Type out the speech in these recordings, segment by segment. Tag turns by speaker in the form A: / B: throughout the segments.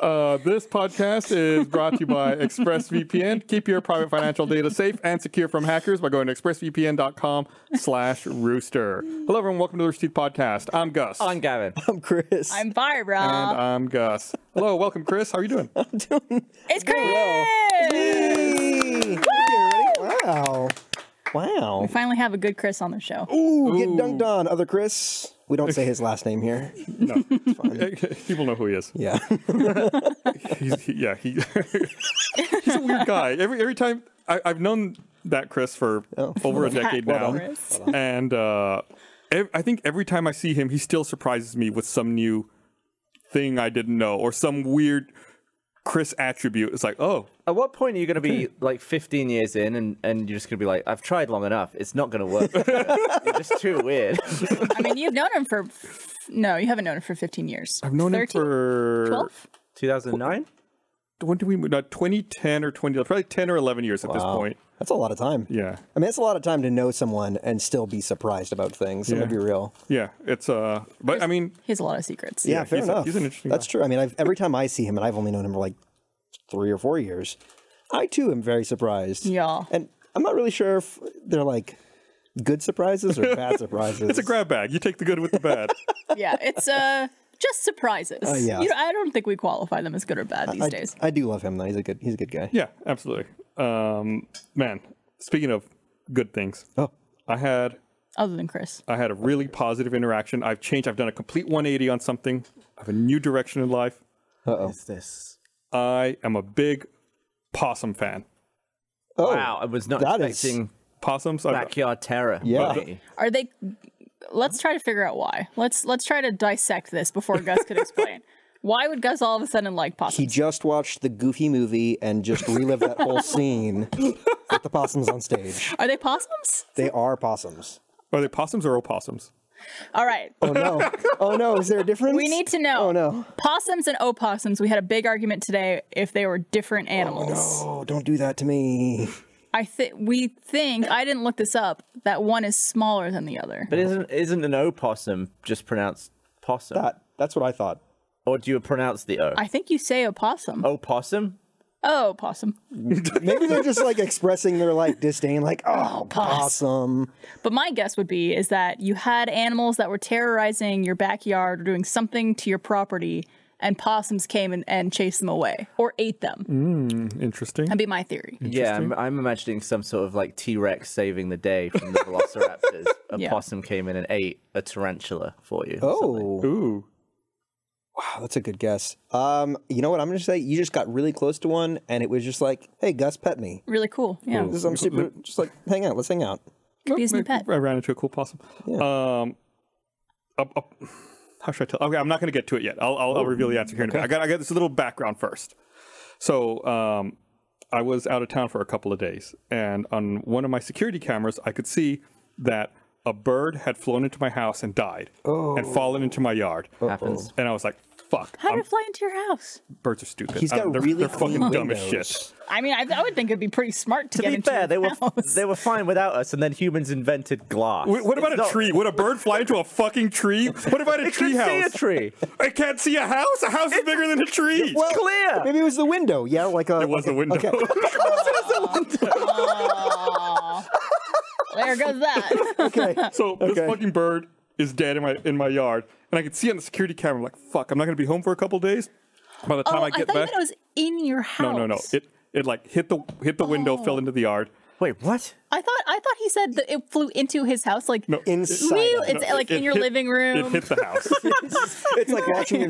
A: Uh, this podcast is brought to you by ExpressVPN. Keep your private financial data safe and secure from hackers by going to expressvpn.com slash rooster. Hello, everyone. Welcome to the Rooster Teeth Podcast. I'm Gus.
B: I'm Gavin.
C: I'm Chris.
D: I'm Barbara.
A: and uh, I'm Gus. Hello, welcome, Chris. How are you doing?
D: it's Chris.
C: Hey! Thank you, everybody. Wow. Wow.
D: We finally have a good Chris on the show.
C: Ooh, get dunked on, other Chris. We don't say his last name here.
A: People know who he is.
C: Yeah.
A: He's, he, yeah, he, he's a weird guy. Every every time I, I've known that Chris for over a decade
D: Well
A: now,
D: done. Chris.
A: and uh, ev- I think every time I see him, he still surprises me with some new thing I didn't know or some weird Chris attribute. It's like, oh,
B: At what point are you going to be like 15 years in and, and you're just going to be like, I've tried long enough. It's not going to work. you're just too weird.
D: I mean, you've known him for no, you haven't known him for 15 years.
A: I've known
D: 13?
A: him for
D: 12.
B: 2009?
A: when did we move? No, 2010 or 20, probably 10 or 11 years at this point.
C: That's a lot of time.
A: Yeah,
C: I mean, it's a lot of time to know someone and still be surprised about things. I'm going to
A: Yeah.
C: be real.
A: yeah. It's uh, but I mean,
D: He has a lot of secrets.
C: Yeah, fair
A: he's a-
C: enough.
A: he's an interesting
C: That's
A: guy.
C: true. I mean, I've, every time I see him, and I've only known him for like three or four years, I too am very surprised.
D: Yeah.
C: And I'm not really sure if they're like good surprises or bad surprises.
A: it's a grab bag. You take the good with the bad.
D: Yeah, it's uh just surprises.
C: yeah.
D: You know, I don't think we qualify them as good or bad these
C: I,
D: days.
C: I do love him though. He's a good. He's a good guy.
A: Yeah, absolutely. Um, man, speaking of good things,
C: Oh,
A: I had
D: Other than Chris.
A: I had a really positive interaction. I've changed. I've done a complete 180 on something. I have a new direction in life.
B: What's this?
A: I am a big possum fan.
C: oh,
B: Wow, I was not
C: That is-
B: expecting
A: Possums. I've-
B: backyard terror.
C: Yeah.
B: Really.
D: Are they let's try to figure out why. Let's let's try to dissect this before Gus could explain. Why would Gus all of a sudden like
C: He
D: possums?
C: just watched the Goofy movie and just relived that whole scene with the possums on stage.
D: Are they possums?
C: They are possums.
A: Are they possums or opossums?
D: All right.
C: Oh no! Oh no! Is there a difference?
D: We need to know.
C: Oh no!
D: Possums and opossums. We had a big argument today if they were different animals.
C: Oh, don't do that to me.
D: I think we think I didn't look this up that one is smaller than the other.
B: But isn't isn't an opossum just pronounced possum?
C: That, that's what I thought.
B: Or do you pronounce the O?
D: I think you say opossum.
B: Opossum?
D: Oh, opossum.
C: Maybe they're just like expressing their like disdain, like oh, possum.
D: But my guess would be is that you had animals that were terrorizing your backyard or doing something to your property, and possums came and, and chased them away or ate them.
B: Mm-hmm.
A: Interesting.
D: That'd be my theory.
B: Yeah, I'm, I'm imagining some sort of like T Rex saving the day from the velociraptors. A
D: Yeah.
B: possum came in and ate a tarantula for you. or something.
C: Oh,
A: Ooh.
C: wow, that's a good guess. Um, you know what I'm gonna say? You just got really close to one, and it was just like, hey, Gus, pet me.
D: Really cool. Yeah.
C: This is I'm super. Just like, hang out. Let's hang out.
D: Could be his new pet.
A: I ran into a cool possum. Um, up, up- how should I tell? Okay, I'm not going to get to it yet. I'll, I'll, I'll reveal the answer here in a bit. I got, I got this little background first. So, um, I was out of town for a couple of days, and on one of my security cameras, I could see that a bird had flown into my house and died and fallen into my yard.
B: Happens.
A: And I was like, fuck,
D: How did
B: Um,
A: I'm-
D: it fly into your house?
A: birds are stupid.
C: He's got
A: I'm- Uh, they're,
C: really
A: they're fucking
C: clean
A: dumb as shit.
C: windows.
D: I mean, I, I would think it'd be pretty smart to,
B: To
D: get
B: be
D: into
B: fair,
D: your
B: they were
D: house.
B: they were fine without us, and then humans invented glass.
A: Wait, What
B: It's
A: about a
B: not-
A: tree? Would a bird fly into a fucking tree? What about a
B: It
A: tree
B: could see a
A: house?
B: tree.
A: I can't see a house. A house is bigger than a tree.
C: Well,
B: clear.
C: Maybe it was the window. Yeah, like a.
A: it was
C: like
A: a window.
C: Okay.
D: there goes that.
C: okay.
A: so this
C: Okay.
A: fucking bird is dead in my in my yard, and I could see on the security camera. I'm like, fuck, I'm not gonna be home for a couple days. By the time
D: Oh,
A: I
D: I,
A: get
D: thought
A: back,
D: you meant it was in your house. Oh.
A: no, no, no. It it like hit the hit the window, fell into the yard.
B: Wait, what?
D: I thought I thought he said that it flew into his house. Like
A: No,
C: Inside.
D: Woo,
C: of it.
D: it's like
A: It
D: in your
A: hit-
D: living
A: It
D: room.
A: hit the house.
C: It's like watching your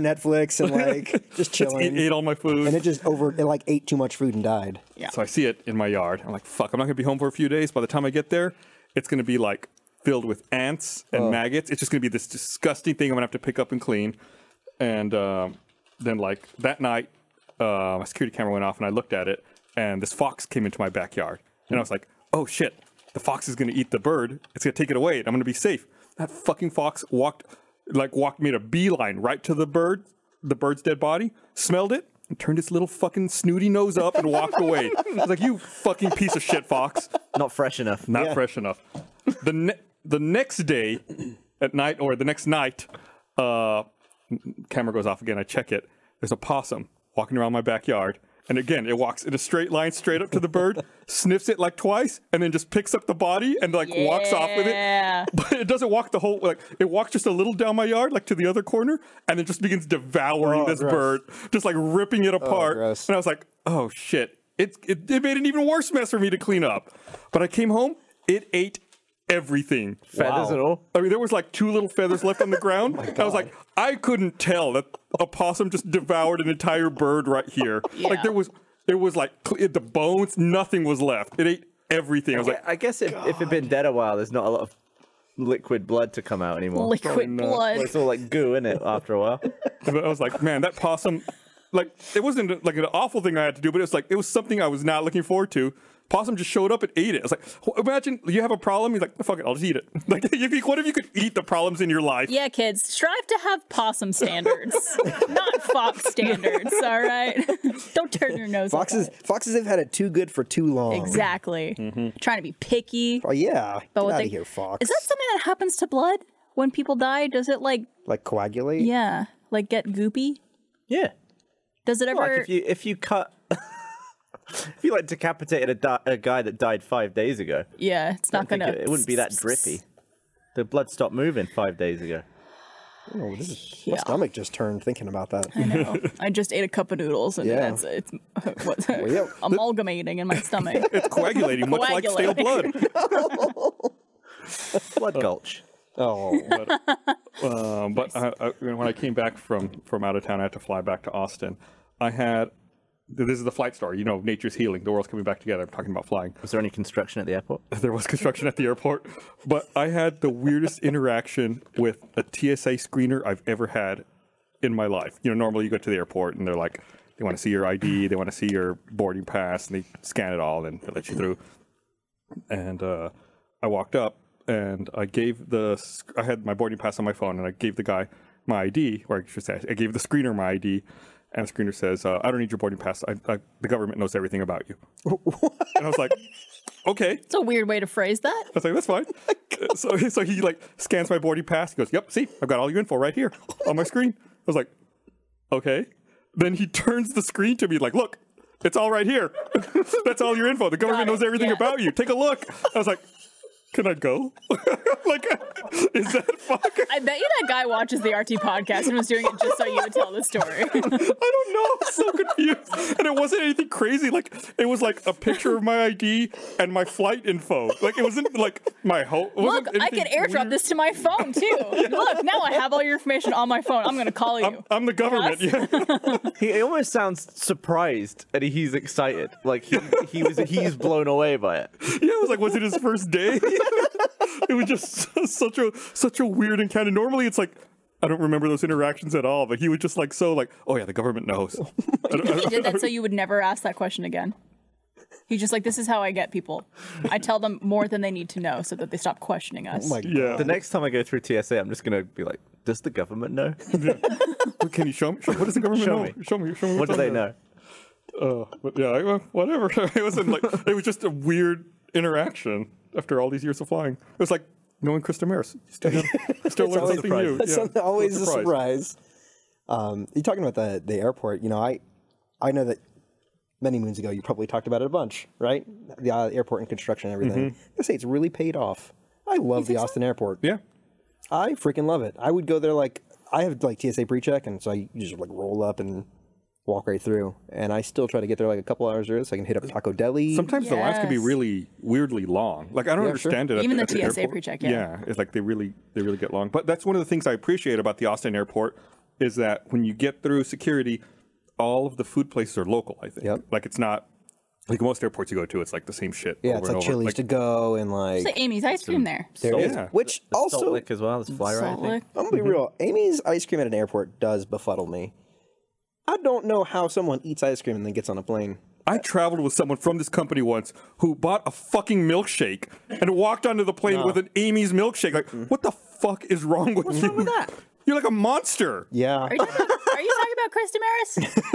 C: Netflix and like just
A: it
C: chilling.
A: ate all my food.
C: and it just over. It like ate too much food and died.
D: Yeah.
A: So I see it in my yard. I'm like, fuck, I'm not gonna be home for a few days. By the time I get there, it's gonna be like filled with ants and maggots. It's just gonna be this disgusting thing I'm gonna have to pick up and clean. And um, then like that night, uh, my security camera went off and I looked at it, and this fox came into my backyard, and I was like, oh shit, the fox is gonna eat the bird. It's gonna take it away, and I'm gonna be safe. That fucking fox walked, like walked made a beeline right to the bird, the bird's dead body, smelled it, and turned his little fucking snooty nose up and walked away. I was like, you fucking piece of shit, Fox.
B: Not fresh enough.
A: Not fresh enough. The ne- the next day at night or the next night, uh, camera goes off again. I check it. There's a possum walking around my backyard. And again, it walks in a straight line straight up to the bird, sniffs it like twice, and then just picks up the body and like walks off with it
D: Yeah.
A: but it doesn't walk the whole like it walks just a little down my yard like to the other corner and then just begins devouring
C: Oh,
A: this
C: gross. Oh,
A: bird just like ripping it apart
C: gross.
A: and i was like oh shit it, it, it made an even worse mess for me to clean up but i came home it ate everything
B: Feathers and all.
A: i mean there was like two little feathers left on the ground and i was like i couldn't tell that a possum just devoured an entire bird right here
D: Yeah.
A: like there was it was like cle- the bones nothing was left it ate everything i was like
B: I guess if, if it'd been dead a while, there's not a lot of liquid blood to come out anymore.
D: Liquid blood.
B: It's all like goo in it after a while.
A: But I was like, man, that possum, like, it wasn't like an awful thing I had to do, but it was like, it was something I was not looking forward to. Possum just showed up and ate it. I was like, "Wh- imagine you have a problem. He's like, fuck it, I'll just eat it. Like, if you, what if you could eat the problems in your life?
D: Yeah, kids, strive to have possum standards, not fox standards, all right? Don't turn your nose. at
C: Foxes,
D: that.
C: foxes have had it too good for too long.
D: Exactly. Trying to be picky.
C: Oh yeah,
D: But
C: get
D: what
C: out
D: they-
C: of here, fox.
D: Is that something that happens to blood when people die? Does it like,
C: like coagulate?
D: yeah, like get goopy?
B: Yeah.
D: Does it ever?
B: Like if you if you cut if you like decapitated a, di- a guy that died five days ago,
D: yeah, it's
B: I
D: not
B: think
D: gonna.
B: it, it wouldn't be that drippy. The blood stopped moving five days ago.
C: Oh, this is,
D: Yeah.
C: My stomach just turned thinking about that.
D: No, I just ate a cup of noodles and
C: Yeah.
D: that's it's what's
C: yeah.
D: amalgamating in my stomach.
A: It's coagulating, much like stale blood.
B: Blood gulch.
C: Oh,
A: Um, but I, I, you know, when I came back from from out of town, I had to fly back to Austin. I had this is the flight story. You know, nature's healing. The world's coming back together. I'm talking about flying.
B: Was there any construction at the airport?
A: there was construction at the airport, but I had the weirdest interaction with a TSA screener I've ever had in my life. You know, normally you go to the airport and they're like, they want to see your ID, they want to see your boarding pass, and they scan it all and they let you through. And uh, I walked up and I gave the, sc- I had my boarding pass on my phone and I gave the guy my ID, or I should say, I gave the screener my ID. And the screener says, uh, I don't need your boarding pass. I, I, the government knows everything about you. And I was like, okay.
D: It's a weird way to phrase that.
A: I was like, that's fine.
D: Oh
A: Uh, so, so he like scans my boarding pass. He goes, "Yep, see, I've got all your info right here on my screen." I was like, "Okay." Then he turns the screen to me like, "Look, it's all right here. that's all your info. The government
D: it,
A: knows everything
D: yeah.
A: about you. Take a look." I was like, "Can I go?" like, is that fuck?
D: I bet you that guy watches the RT podcast and was doing it just so you would tell the story.
A: I don't know. I'm so confused. And it wasn't anything crazy. Like it was like a picture of my ID and my flight info. Like it wasn't like my whole. it
D: Look,
A: wasn't
D: I
A: anything
D: can airdrop
A: weird.
D: this to my phone too. Look, now I have all your information on my phone. I'm gonna call you.
A: I'm, I'm the government. Yeah.
B: He, he almost sounds surprised and he's excited. Like he, he was he's blown away by it.
A: Yeah, I was like, was it his first day? it was just such a such a weird encounter. Normally, it's like I don't remember those interactions at all, but he was just like so like, oh yeah, the government knows. I don't- I
D: he
A: don't-
D: did that so you would never ask that question again. He's just like, this is how I get people. I tell them more than they need to know so that they stop questioning us.
C: oh my
A: yeah.
B: The next time I go through TSA, I'm just gonna be like, does the government know?
A: Well, Can you show me? Show, what does the government
B: Show
A: know?
B: me.
A: Show me. Show me.
B: What
A: what's
B: do
A: on
B: they
A: there.
B: know?
A: Uh, but yeah, well, whatever. it wasn't like it was just a weird interaction after all these years of flying. It was like knowing Chris Damaris. You Still, still learn
C: always
A: something
C: surprising.
A: new.
C: That's
A: Yeah,
C: something-
A: it's
C: always a surprise. Um, you're talking about the the airport. You know, I I know that many moons ago you probably talked about it a bunch, right? The uh, airport and construction and everything.
A: Mm-hmm.
C: I say it's really paid off. I love the Austin airport.
A: Yeah.
C: I freaking love it. I would go there like I have like TSA pre-check, and so I you just like roll up and walk right through. And I still try to get there like a couple hours early so I can hit up Taco Deli.
A: Sometimes the lines can be
D: Yes.
A: really weirdly long. Like I don't
C: sure.
A: understand it. at
D: Even the
A: at
D: TSA
A: airport.
D: pre-check, yeah.
A: it's like they really they really get long. But that's one of the things I appreciate about the Austin airport is that when you get through security, all of the food places are local. I think.
C: Yep.
A: Like it's not like most airports you go to, it's like the same shit.
C: yeah,
A: over
C: it's
A: and
C: like
A: over.
C: Chili's to go and like
D: It's like Amy's ice cream there.
C: there is,
A: Yeah.
C: which
B: Salt
C: also
B: Lick as well. It's fly right. I
D: Salt
B: think.
D: Lick.
C: I'm gonna be real. Amy's ice cream at an airport does befuddle me. I don't know how someone eats ice cream and then gets on a plane.
A: I traveled with someone from this company once who bought a fucking milkshake and walked onto the plane with an Amy's milkshake. Like, what the fuck is wrong with you?
C: wrong with that?
A: You're like a monster.
C: Yeah,
D: Are you, talking about, are you about Chris Damaris?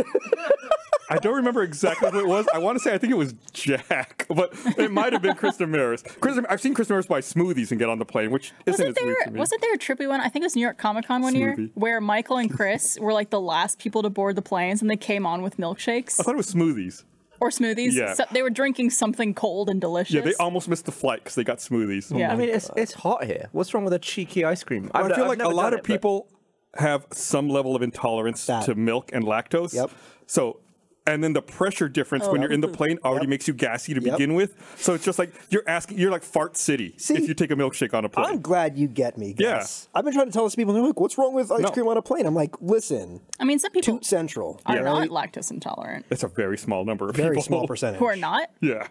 A: I don't remember exactly who it was. I want to say I think it was Jack, but it might have been Chris Damaris. Chris, Dam- I've seen Chris Damaris buy smoothies and get on the plane, which isn't
D: wasn't
A: as
D: there
A: weird to me.
D: wasn't there a trippy one? I think it was New York Comic Con one year
A: Smoothie.
D: where Michael and Chris were like the last people to board the planes, and they came on with milkshakes
A: I thought it was smoothies.
D: or smoothies.
A: Yeah.
D: So they were drinking something cold and delicious.
A: Yeah, they almost missed the flight because they got smoothies.
D: Yeah.
B: I mean, it's it's hot here. What's wrong with a cheeky ice cream? I've
A: I
B: no-
A: feel
B: I've
A: like a
B: never
A: lot
B: done
A: of
B: it, but-
A: people have some level of intolerance
C: That.
A: to milk and lactose.
C: Yep. Oh,
A: So, and then the pressure difference when you're in the plane already makes you gassy to
C: Yep.
A: begin with. So it's just like you're asking, you're like fart city
C: See,
A: if you take a milkshake on a plane.
C: I'm glad you get me.
A: Yeah.
C: Gus. I've been trying to tell this to people, and they're like, "What's wrong with ice
A: No.
C: cream on a plane?" I'm like, "Listen,
D: I mean, some people
C: Toot Central,
D: are
C: right?
D: not lactose intolerant.
A: That's a very small number of
C: very
A: people.
C: small percentage.
D: Who are not?
A: Yeah.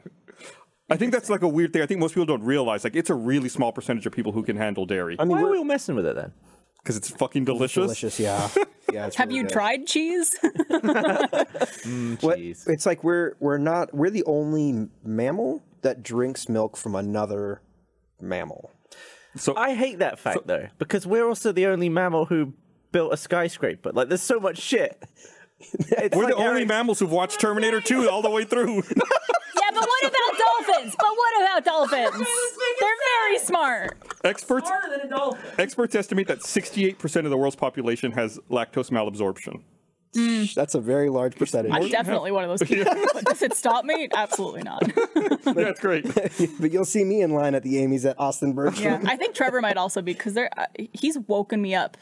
A: I think that's like a weird thing. I think most people don't realize like it's a really small percentage of people who can handle dairy
C: I mean,
B: Why are
C: we're
B: we all messing with it then?
A: because it's fucking delicious.
C: delicious. Yeah, yeah. It's
D: Have
C: really
D: you
C: good.
D: tried cheese?
C: What-
B: Jeez.
C: it's like we're we're not we're the only mammal that drinks milk from another mammal.
A: So
B: I hate that fact though, because we're also the only mammal who built a skyscraper. Like, there's so much shit. It's
A: we're
B: like
A: the only
B: Eric's-
A: mammals who've watched Terminator 2 all the way through.
D: yeah, but what about dolphins? But what about dolphins? They're very smart.
A: experts experts estimate that 68% of the world's population has lactose malabsorption.
D: Mm.
C: That's a very large percentage.
D: I'm definitely one of those people. Does it stop me? Absolutely not.
A: That's great.
C: but you'll see me in line at the Amy's at Austin Bergstrom.
D: Yeah, I think Trevor might also be because there uh, he's woken me up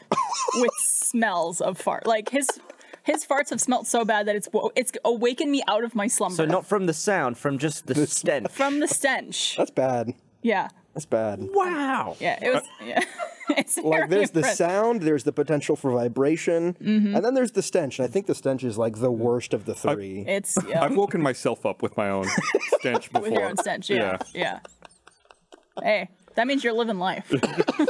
D: with smells of fart. Like his his farts have smelt so bad that it's wo- it's awakened me out of my slumber.
B: So not from the sound, from just the stench.
D: from the stench.
C: That's bad.
D: Yeah,
C: That's bad.
B: Wow.
D: yeah, it was. Yeah, it's
C: Like
D: very
C: there's the
D: impressive.
C: sound, there's the potential for vibration,
D: Mm-hmm.
C: and then there's the stench. And I think the stench is like the worst of the three.
D: It's yeah,
A: I've woken myself up with my own stench before.
D: with your own stench. Yeah, yeah. Hey, that means you're living life.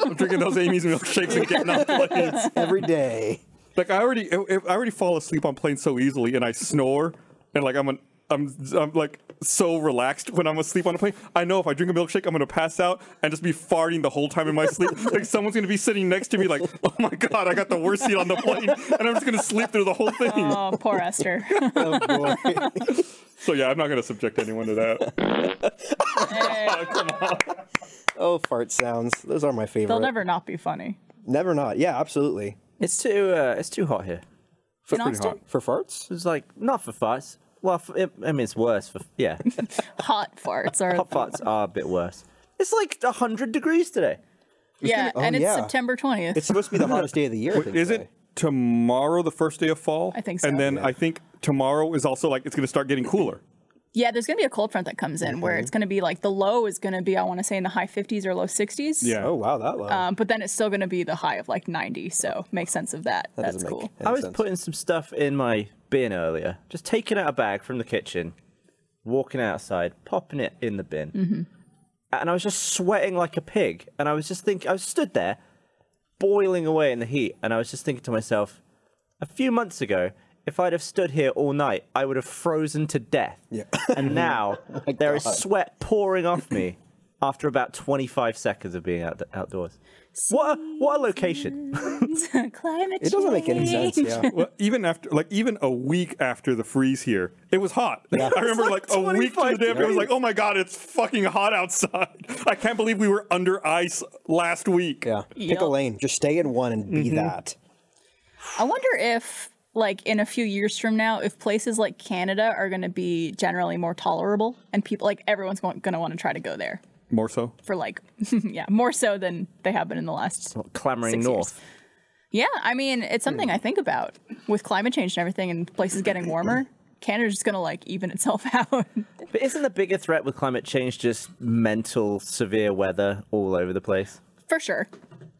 A: I'm drinking those Amy's milkshakes and getting on planes.
C: Every day.
A: Like I already I I already fall asleep on planes so easily and I snore and like I'm an I'm, I'm like so relaxed when I'm asleep on a plane. I know if I drink a milkshake, I'm gonna pass out and just be farting the whole time in my sleep. like someone's gonna be sitting next to me, like, oh my god, I got the worst seat on the plane, and I'm just gonna sleep through the whole thing.
D: Oh, poor Esther.
C: Oh boy.
A: So yeah, I'm not gonna subject anyone to that.
D: Hey,
C: oh, fart sounds. Those are my favorite.
D: they'll never not be funny.
C: Never not. Yeah, absolutely.
B: It's too. Uh, it's too hot here.
D: In Austin,
C: For farts?
B: It's like not for farts. Well, for, it, I mean, it's worse for yeah.
D: hot farts are
B: Hot farts are a bit worse. It's like hundred degrees today.
D: yeah, and it's
C: yeah.
D: September twentieth.
C: It's supposed to be the hottest day of the year. I think
A: Is
C: so.
A: it tomorrow the first day of fall?
D: I think so.
A: And then I think tomorrow is also like it's gonna start getting cooler.
D: Yeah, there's gonna be a cold front that comes in
C: Mm-hmm.
D: where it's gonna be like the low is gonna be I want to say in the high 50s or low 60s.
A: Yeah.
C: Oh wow, that low.
D: Um, but then it's still gonna be the high of like 90. So make sense of that.
C: That
D: That's
C: doesn't
D: cool.
C: make any
B: I was
C: sense.
B: putting some stuff in my bin earlier, just taking out a bag from the kitchen, walking outside, popping it in the bin, and I was just sweating like a pig. And I was just thinking, I was stood there, boiling away in the heat, and I was just thinking to myself, a few months ago, if I'd have stood here all night, I would have frozen to death. Yeah. and now there is sweat pouring off me after about 25 seconds of being out- outdoors. What a, what a location!
D: Climate
C: It doesn't make any sense.
D: change.
C: Yeah.
A: Well, even after, like, even a week after the freeze here, it was hot. I remember, like,
B: It's
A: a
B: like
A: week to the
B: 25
A: day after, it was like, oh my god, it's fucking hot outside. I can't believe we were under ice last week.
C: Yeah. Mm-hmm. Pick
D: Yep.
C: a lane. Just stay in one and be that.
D: I wonder if like in a few years from now, if places like Canada are gonna be generally more tolerable and people like everyone's going, gonna want to try to go there
A: More so.
D: for like yeah more so than they have been in the last
B: Clamoring
D: Six years.
B: north.
D: Yeah, I mean, it's something I think about with climate change and everything, and
C: Mm-hmm.
D: places getting warmer. Canada's just gonna like even itself out.
B: But isn't the bigger threat with climate change just mental severe weather all over the place?
D: for sure.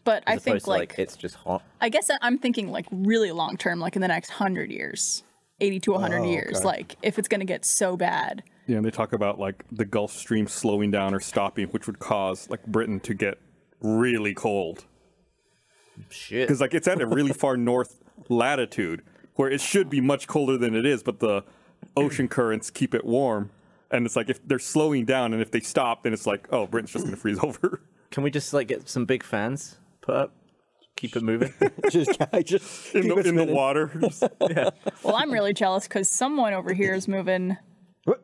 D: But I
B: As opposed
D: think
B: to like,
D: like,
B: it's just hot.
D: I guess I- I'm thinking like really long term, like in the next hundred years, eighty to hundred
C: Oh,
D: years. Like if it's gonna get so bad,
A: Yeah, and they talk about like the Gulf Stream slowing down or stopping, which would cause like Britain to get really cold
B: Shit.
A: because like it's at a really far north latitude where it should be much colder than it is, but the ocean currents keep it warm. And it's like if they're slowing down, and if they stop, then it's like, oh, Britain's just gonna freeze over.
B: Can we just like get some big fans put up? keep it moving.
C: just, I just
A: in
C: keep
A: the,
C: it
A: in the
C: spinning.
A: water. Just-
D: Well, I'm really jealous because someone over here is moving
C: What?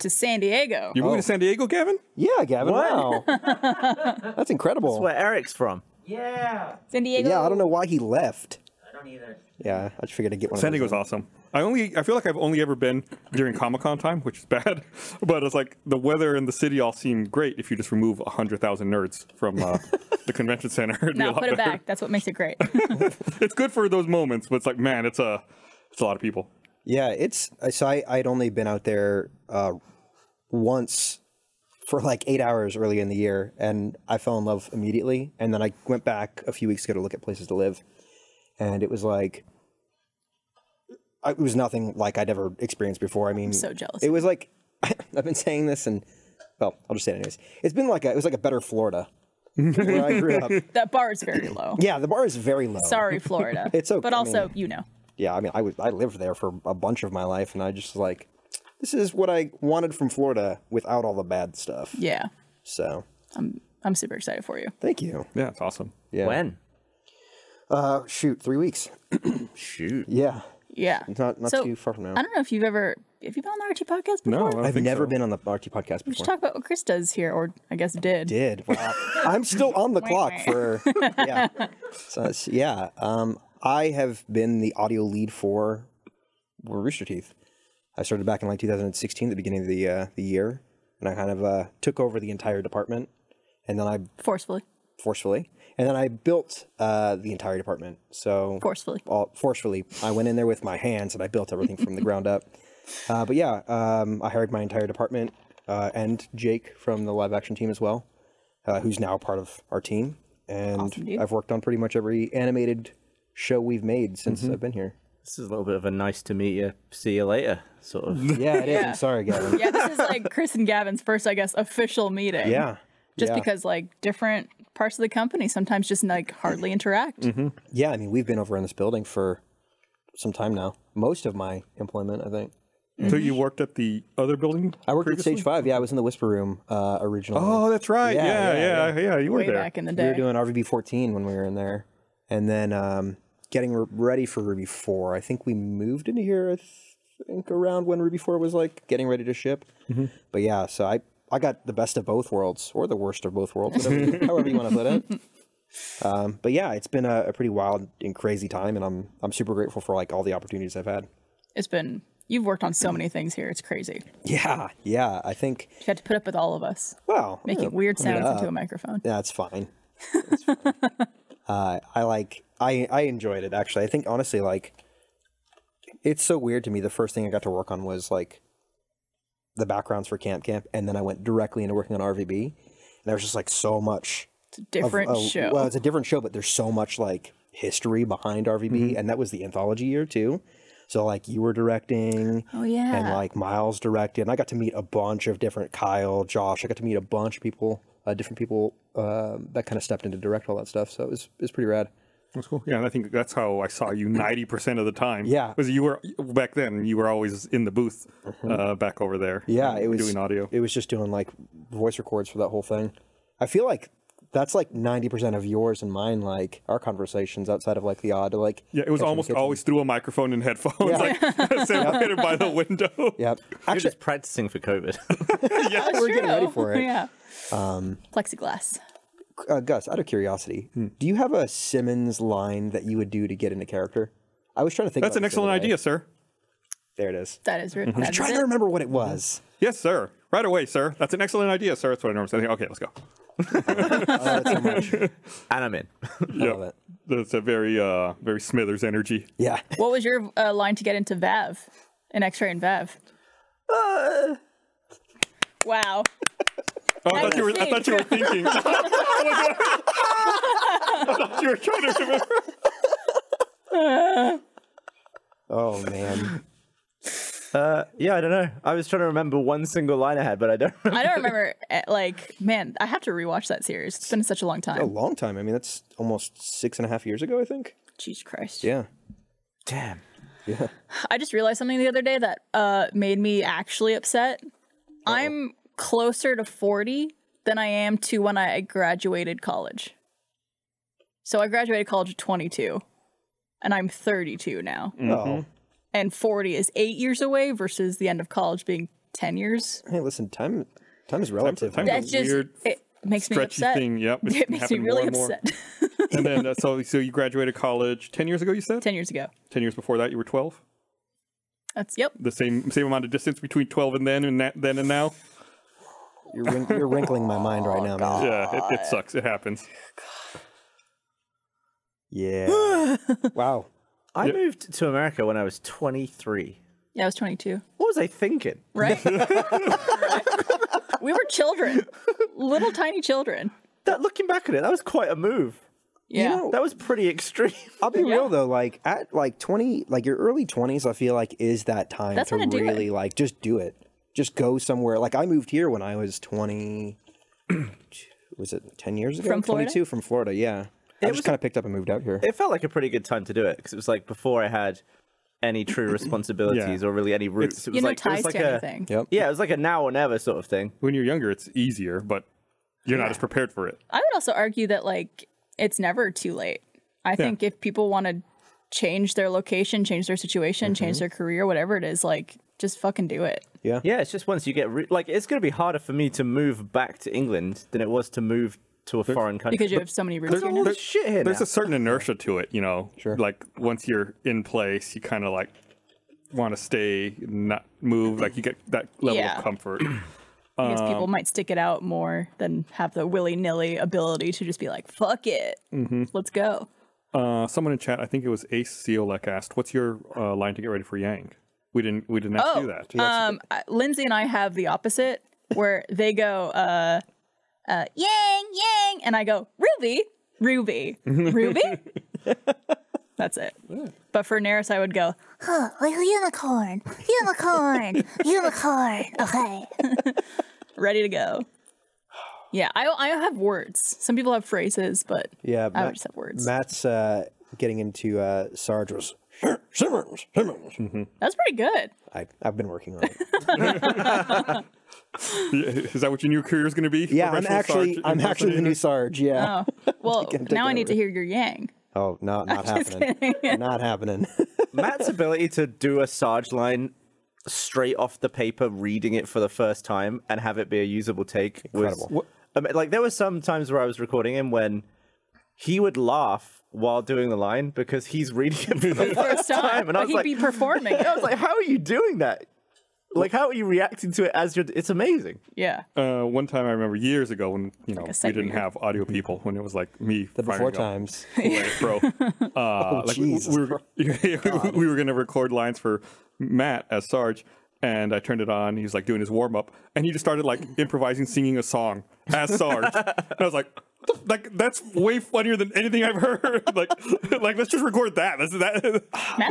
D: to San Diego.
A: You're moving to San Diego, Gavin?
C: Yeah, Gavin. Wow, that's incredible.
B: Where Eric's from?
E: Yeah.
D: San Diego.
C: yeah, I don't know why he left.
E: I don't either.
C: Yeah, I just figured I'd get one.
A: San
C: of those.
A: Diego's awesome. I only I feel like I've only ever been during Comic Con time, which is bad. But it's like the weather and the city all seem great if you just remove hundred thousand nerds from uh, the convention center. It'd be a
D: No,
A: lot
D: put it
A: better.
D: back. That's what makes it great.
A: It's good for those moments, but it's like man, it's a it's a lot of people.
C: Yeah, it's so I I'd only been out there uh, once for like eight hours early in the year, and I fell in love immediately. And then I went back a few weeks ago to look at places to live, and it was like I- it was nothing like I'd ever experienced before. I mean,
D: so jealous.
C: It was like I've been saying this, and well, I'll just say it anyways. It's been like a, it was like a better Florida where I grew up.
D: that bar is very low.
C: Yeah, the bar is very low.
D: Sorry, Florida.
C: It's okay,
D: But
C: I
D: also,
C: mean-
D: you know,
C: yeah, I mean, I was I lived there for a bunch of my life, and I just was like, this is what I wanted from Florida without all the bad stuff.
D: yeah,
C: So
D: I'm super excited for you.
C: thank you.
A: Yeah, it's awesome.
C: Yeah.
B: When?
C: Uh, shoot, three weeks.
B: Shoot.
C: Yeah,
D: Yeah.
C: not not
D: So,
C: too far from now.
D: I don't know if you've ever have you been on the RT podcast
A: No,
D: before?
A: I don't
C: I've
A: think
C: never
A: so.
C: been on the RT podcast
D: We should
C: before.
D: talk about what Chris does here, or I guess did.
C: Did wow. I'm still on the clock
D: wait.
C: for yeah. So it's- yeah, um, I have been the audio lead for Rooster Teeth. I started back in like 2016, the beginning of the uh, the year, and I kind of uh, took over the entire department, and then I
D: Forcefully.
C: forcefully. And then I built uh, the entire department. So
D: Forcefully.
C: all, forcefully, I went in there with my hands and I built everything from the ground up. Uh, but yeah, um, I hired my entire department uh, and Jake from the live action team as well, uh, who's now part of our team. And
D: dude.
C: I've worked on pretty much every animated show we've made since I've been here.
B: This is a little bit of a nice to meet you, see you later sort of.
C: Yeah, it is. I'm sorry, Gavin.
D: Yeah, this is like Chris and Gavin's first, I guess, official meeting.
C: Yeah.
D: Just
C: yeah.
D: because like different parts of the company sometimes just like hardly interact.
C: Mm-hmm. Yeah, I mean, we've been over in this building for some time now. Most of my employment, I think.
A: So you worked at the other building?
C: I worked
A: previously?
C: at Stage Five. Yeah, I was in the Whisper Room uh, originally.
A: Oh, that's right. Yeah,
C: Yeah,
A: yeah, yeah.
C: yeah,
A: you were
D: Way
A: there.
D: back in the
C: we were
D: day.
C: doing RVB 14 when we were in there, and then um, getting re- ready for Ruby 4. I think we moved into here. I think around when Ruby 4 was like getting ready to ship. But yeah, so I I got the best of both worlds, or the worst of both worlds, whatever, however you want to put it. Um, but yeah, it's been a, a pretty wild and crazy time, and I'm I'm super grateful for like all the opportunities I've had.
D: It's been you've worked on so many things here. It's crazy.
C: Yeah, yeah. I think
D: You had to put up with all of us
C: wow,
D: making
C: yeah,
D: weird
C: I mean,
D: sounds
C: uh,
D: into a microphone.
C: That's fine. That's fine. uh, I like. I I enjoyed it actually. I think honestly, like, it's so weird to me. The first thing I got to work on was like the backgrounds for Camp Camp, and then I went directly into working on RVB, and there was just like so much
D: It's a
C: of-
D: different
C: of-
D: show.
C: Oh, Well, it's a different show, but there's so much like history behind RVB,
D: Mm-hmm.
C: and that was the anthology year too. So like you were directing,
D: Oh,
C: and
D: yeah.
C: like Miles directed, and I got to meet a bunch of different Kyle, Josh. I got to meet a bunch of people, uh, different people uh, that kind of stepped in to direct all that stuff. So it was it was pretty rad.
A: That's cool. Yeah, and I think that's how I saw you ninety percent of the time.
C: Yeah. Mm-hmm.
A: because you were back then. You were always in the booth uh, back over there.
C: Yeah,
A: uh,
C: it was
A: doing audio.
C: It was just doing like voice records for that whole thing. I feel like that's like ninety percent of yours and mine, like our conversations outside of like the odd, like
A: yeah, it was
C: catch in the
A: always
C: kitchen.
A: always through a microphone and headphones,
C: Yeah.
A: like separated by the window.
C: Yep.
B: You're
C: Actually,
B: just practicing for COVID.
D: That's
C: we're getting ready
D: true.
C: for it. Um,
D: Yeah. Plexiglass.
C: uh, Gus, out of curiosity,
A: Hmm.
C: do you have a Simmons line that you would do to get into character? I was trying to think.
A: That's
C: about
A: an
C: this the
A: excellent
C: other day.
A: idea, sir.
C: There it is.
D: That is rude. That is
C: Trying to
D: it.
C: remember what it was.
A: Yes, sir. Right away, sir. That's an excellent idea, sir. That's what I normally say. Okay, let's go.
C: I love it so much.
B: and I'm in.
C: I love it.
A: That's a very uh, very Smithers energy.
C: Yeah.
D: What was your uh, line to get into Vav? An X-ray and Vav.
C: Uh,
D: Wow.
A: Oh, I,
D: I
A: thought you were.
D: was
A: I thought you were thinking. I thought you were trying to remember.
C: Oh man.
B: Uh, Yeah, I don't know. I was trying to remember one single line I had, but I don't remember.
D: I don't remember. eh, Like, man, I have to rewatch that series. It's been such a long
C: A
A: Oh.
D: time.
C: long time. I mean, that's almost six and a half years ago, I think.
D: Jesus Christ.
C: Yeah.
B: Damn.
D: I just realized something the other day that uh, made me actually upset. I'm closer to 40 than I am to when I graduated college. So I graduated college at 22, and I'm 32 now.
A: Mm. Mm-hmm.
C: Oh,
D: And 40 is eight years away versus the end of college being 10 years.
C: hey, listen, time time is relative.
A: time-
C: right?
D: That's just,
A: weird,
D: it makes me
A: Stretchy
D: upset.
A: thing. Yep. it's
D: It makes me
A: happened
D: really
A: more and
D: upset.
A: more. and then uh, so so you graduated college ten years ago. You said
D: 10 years ago.
A: 10 years before that you were twelve.
D: That's, yep.
A: The same same amount of distance between twelve and then and that, then and now.
C: You're, wrin- you're wrinkling my mind
D: Oh,
C: right now, man.
A: Yeah, it, it sucks. It happens.
C: Yeah. wow.
B: I moved to America when I was 23.
D: Yeah, I was 22.
B: What was I thinking?
D: Right? we were children, little tiny children.
B: That looking back at it, that was quite a move.
D: Yeah.
B: That was pretty extreme.
C: I'll be real though, like at like twenty, like your early twenties, I feel like is that time
D: That's
C: to
D: when to do it.
C: really like just do it, just go somewhere. Like I moved here when I was twenty. was it ten years ago?
D: From Florida?
C: Twenty-two from Florida. Yeah, I just kind of picked up and moved out here.
B: It felt like a pretty good time to do it because it was like before I had any true responsibilities or really any roots. it was
D: you know
B: like, it was
D: ties
B: like
D: to
B: a,
D: anything.
C: Yep.
B: Yeah, it was like a now or never sort of thing.
A: When you're younger, it's easier, but you're not as prepared for it.
D: I would also argue that like it's never too late. I think if people want to change their location, change their situation, change their career, whatever it is, like just fucking do it.
C: Yeah.
B: Yeah, it's just once you get re- like it's going to be harder for me to move back to England than it was to move to a foreign country.
D: Because you have so many roots.
B: There's
D: here
B: a
D: now.
B: lot of shit here.
A: There's
B: now.
A: a certain inertia to it, you know. Sure. Like once you're in place, you kind of like want to stay, not move. Like you get that level
D: Yeah.
A: of comfort.
D: because people might stick it out more than have the willy nilly ability to just be like, fuck it. Let's go.
A: Uh, someone in chat, I think it was Ace Seolek asked, "What's your uh, line to get ready for Yang?" We didn't. We didn't have to do that.
D: Um, I- Lindsay and I have the opposite where they go, uh, uh, Yang, Yang. And I go, Ruby, Ruby, Ruby. That's it. But for Naris, I would go,
E: Huh, Oh, like a unicorn. Unicorn. unicorn. Okay.
D: ready to go. Yeah, I, I have words. Some people have phrases, but
C: Yeah,
D: I
C: Matt-
D: would just have words.
C: Matt's uh, getting into uh, Sarge was Simmons. Simmons.
D: That's pretty good.
C: I, I've been working on it.
A: Is that what your new career is going to be?
C: Yeah, I'm
A: Professional
C: actually,
A: sergeant
C: I'm actually the new
A: impersonator?
C: Sarge. Yeah.
D: Oh, well, now I need to hear your yang.
C: Oh, not not happening. not happening.
B: Matt's ability to do a Sarge line straight off the paper, reading it for the first time, and have it be a usable take was
C: Incredible.
B: I mean, like there were some times where I was recording him when he would laugh while doing the line because he's reading it for the first
D: First
B: time,
D: time,
B: and I
D: but
B: was
D: he'd
B: like,
D: be performing.
B: I was like, how are you doing that? Like, how are you reacting to it as you're? It's amazing.
D: yeah.
A: Uh, one time I remember years ago when you know
D: a
A: we
D: second
A: didn't
D: year.
A: have audio people when it was like me
C: The
A: firing
C: before
A: up
C: times.
A: Blade, bro. Uh, like we-
C: Oh, Jesus
A: we, were, we were gonna record lines for Matt as Sarge, and I turned it on. He's like doing his warm up, and he just started like improvising, singing a song as Sarge. and I was like, "The f- like that's way funnier than anything I've heard. like, like let's just record that. Let's that.
D: Matt's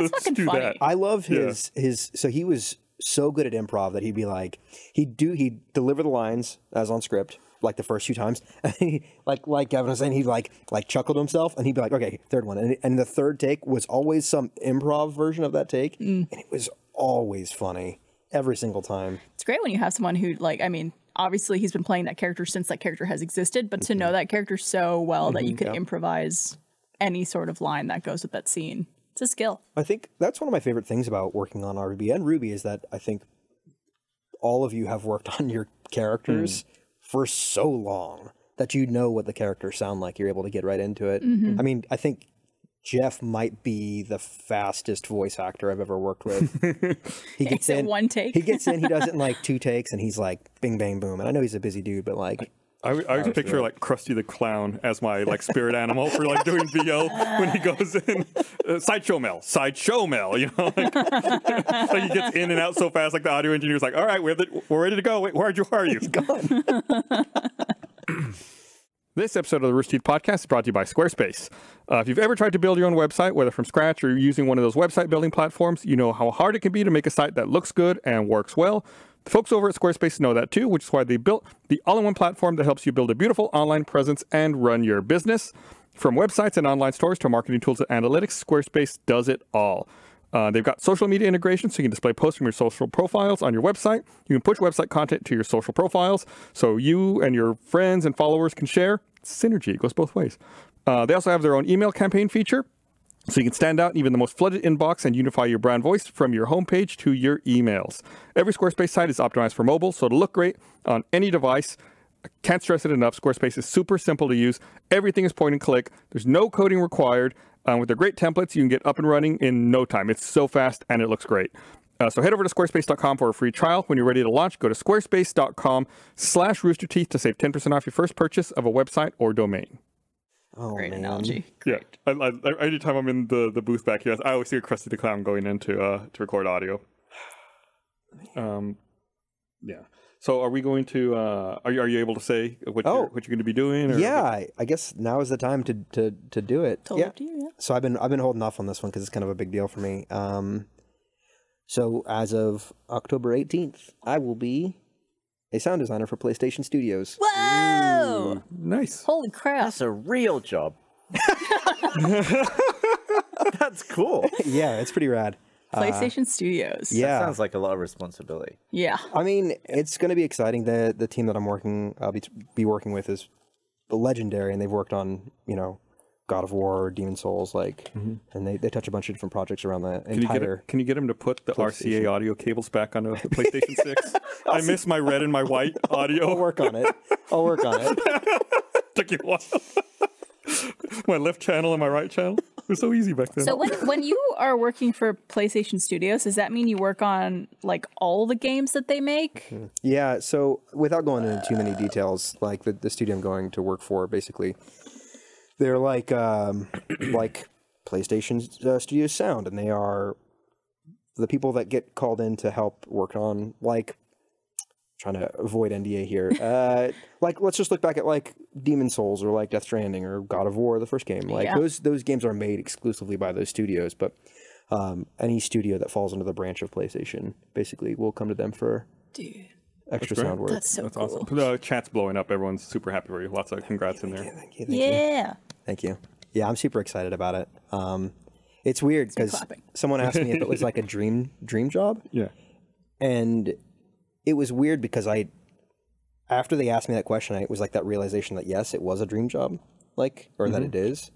A: let's
D: fucking
A: do
D: funny.
A: that.
C: I love his his. So he was so good at improv that he'd be like, he'd do he'd deliver the lines as on script, like the first few times, and he like like Gavin was saying, he'd like like chuckled himself, and he'd be like, okay, third one, and, and the third take was always some improv version of that take, and it was always funny every single time.
D: It's great when you have someone who, like, I mean, obviously he's been playing that character since that character has existed, but to know
C: Mm-hmm.
D: that character so well that you could improvise any sort of line that goes with that scene, it's a skill.
C: I think that's one of my favorite things about working on RB and Ruby is that I think all of you have worked on your characters
D: Hmm.
C: for so long that you know what the characters sound like. You're able to get right into it.
D: Mm-hmm.
C: I mean, I think Jeff might be the fastest voice actor I've ever worked with. he gets
D: Except one take.
C: He gets in. He does it in like two takes, and he's like, "Bing, bang, boom." And I know he's a busy dude, but like,
A: I, would- I always picture like Krusty the Clown as my like spirit animal for like doing VO when he goes in. Uh, sideshow Mel, sideshow Mel, you know, like, like he gets in and out so fast. Like the audio engineer's like, "All right, we're the, we're ready to go. Wait, where are you? Where are you?"
C: gone.
A: This episode of the Rooster Teeth Podcast is brought to you by Squarespace. Uh, if you've ever tried to build your own website, whether from scratch or using one of those website building platforms, you know how hard it can be to make a site that looks good and works well. The folks over at Squarespace know that too, which is why they built the all in one platform that helps you build a beautiful online presence and run your business. From websites and online stores to marketing tools and analytics, Squarespace does it all. Uh, they've got social media integration, so you can display posts from your social profiles on your website. You can push website content to your social profiles, so you and your friends and followers can share. Synergy it goes both ways. Uh, they also have their own email campaign feature, so you can stand out in even the most flooded inbox and unify your brand voice from your homepage to your emails. Every Squarespace site is optimized for mobile, so it'll look great on any device. I can't stress it enough. Squarespace is super simple to use. Everything is point and click. There's no coding required. Um, with their great templates, you can get up and running in no time. It's so fast and it looks great. Uh, so head over to squarespace.com for a free trial. When you're ready to launch, go to squarespace.com slash roosterteeth to save 10% off your first purchase of a website or domain.
C: Oh,
D: Great
C: man.
D: analogy.
A: Yeah, I, I, I- anytime I'm in the, the booth back here, I always hear Krusty the Clown going in to, uh, to record audio. Um, yeah. So are we going to? Uh, are you are you able to say what
C: Oh.
A: you're, what you're going to be doing? Or
C: Yeah, I, I guess now is the time to to to do it.
D: Totally
C: yeah.
D: up to you, yeah.
C: So I've been I've been holding off on this one because it's kind of a big deal for me. Um, so as of October eighteenth, I will be a sound designer for PlayStation Studios.
D: Whoa!
A: Nice.
D: Holy crap!
B: That's a real job. That's cool.
C: yeah, it's pretty rad.
D: PlayStation Studios.
C: uh, Yeah.
B: That sounds like a lot of responsibility.
D: Yeah.
C: I mean, it's going to be exciting. the The team that I'm working, I'll be, be working with, is legendary, and they've worked on you know, God of War, Demon Souls, like, and they, they touch a bunch of different projects around the
A: Mm-hmm. Can you get
C: entire.
A: it, can you get him to put the RCA audio cables back onto the PlayStation Six? I miss my red and my white
C: I'll
A: audio.
C: work on it. I'll work on it.
A: Took you a while. my left channel and my right channel. It was so easy back then.
D: So when when you are working for PlayStation Studios, does that mean you work on like all the games that they make?
C: Mm-hmm. Yeah, so without going into too many details, like the, the studio I'm going to work for, basically, they're like um, like PlayStation uh, Studio Sound, and they are the people that get called in to help work on like trying to avoid NDA here. Uh, like let's just look back at like Demon Souls or like Death Stranding or God of War, the first game. Like
D: Yeah.
C: those those games are made exclusively by those studios, but um, any studio that falls under the branch of PlayStation basically will come to them for
D: Dude,
C: extra sound work.
D: that's so
A: That's
D: cool.
A: awesome. The chat's blowing up. Everyone's super happy for you. Lots of congrats in there.
C: Thank you. Thank you.
D: Yeah.
C: Thank you. Yeah, I'm super excited about it. Um, it's weird because
D: clapping.
C: someone asked me if it was like a dream dream job,
A: Yeah.
C: and it was weird because I, after they asked me that question, I, it was like that realization that yes, it was a dream job, like or that it is,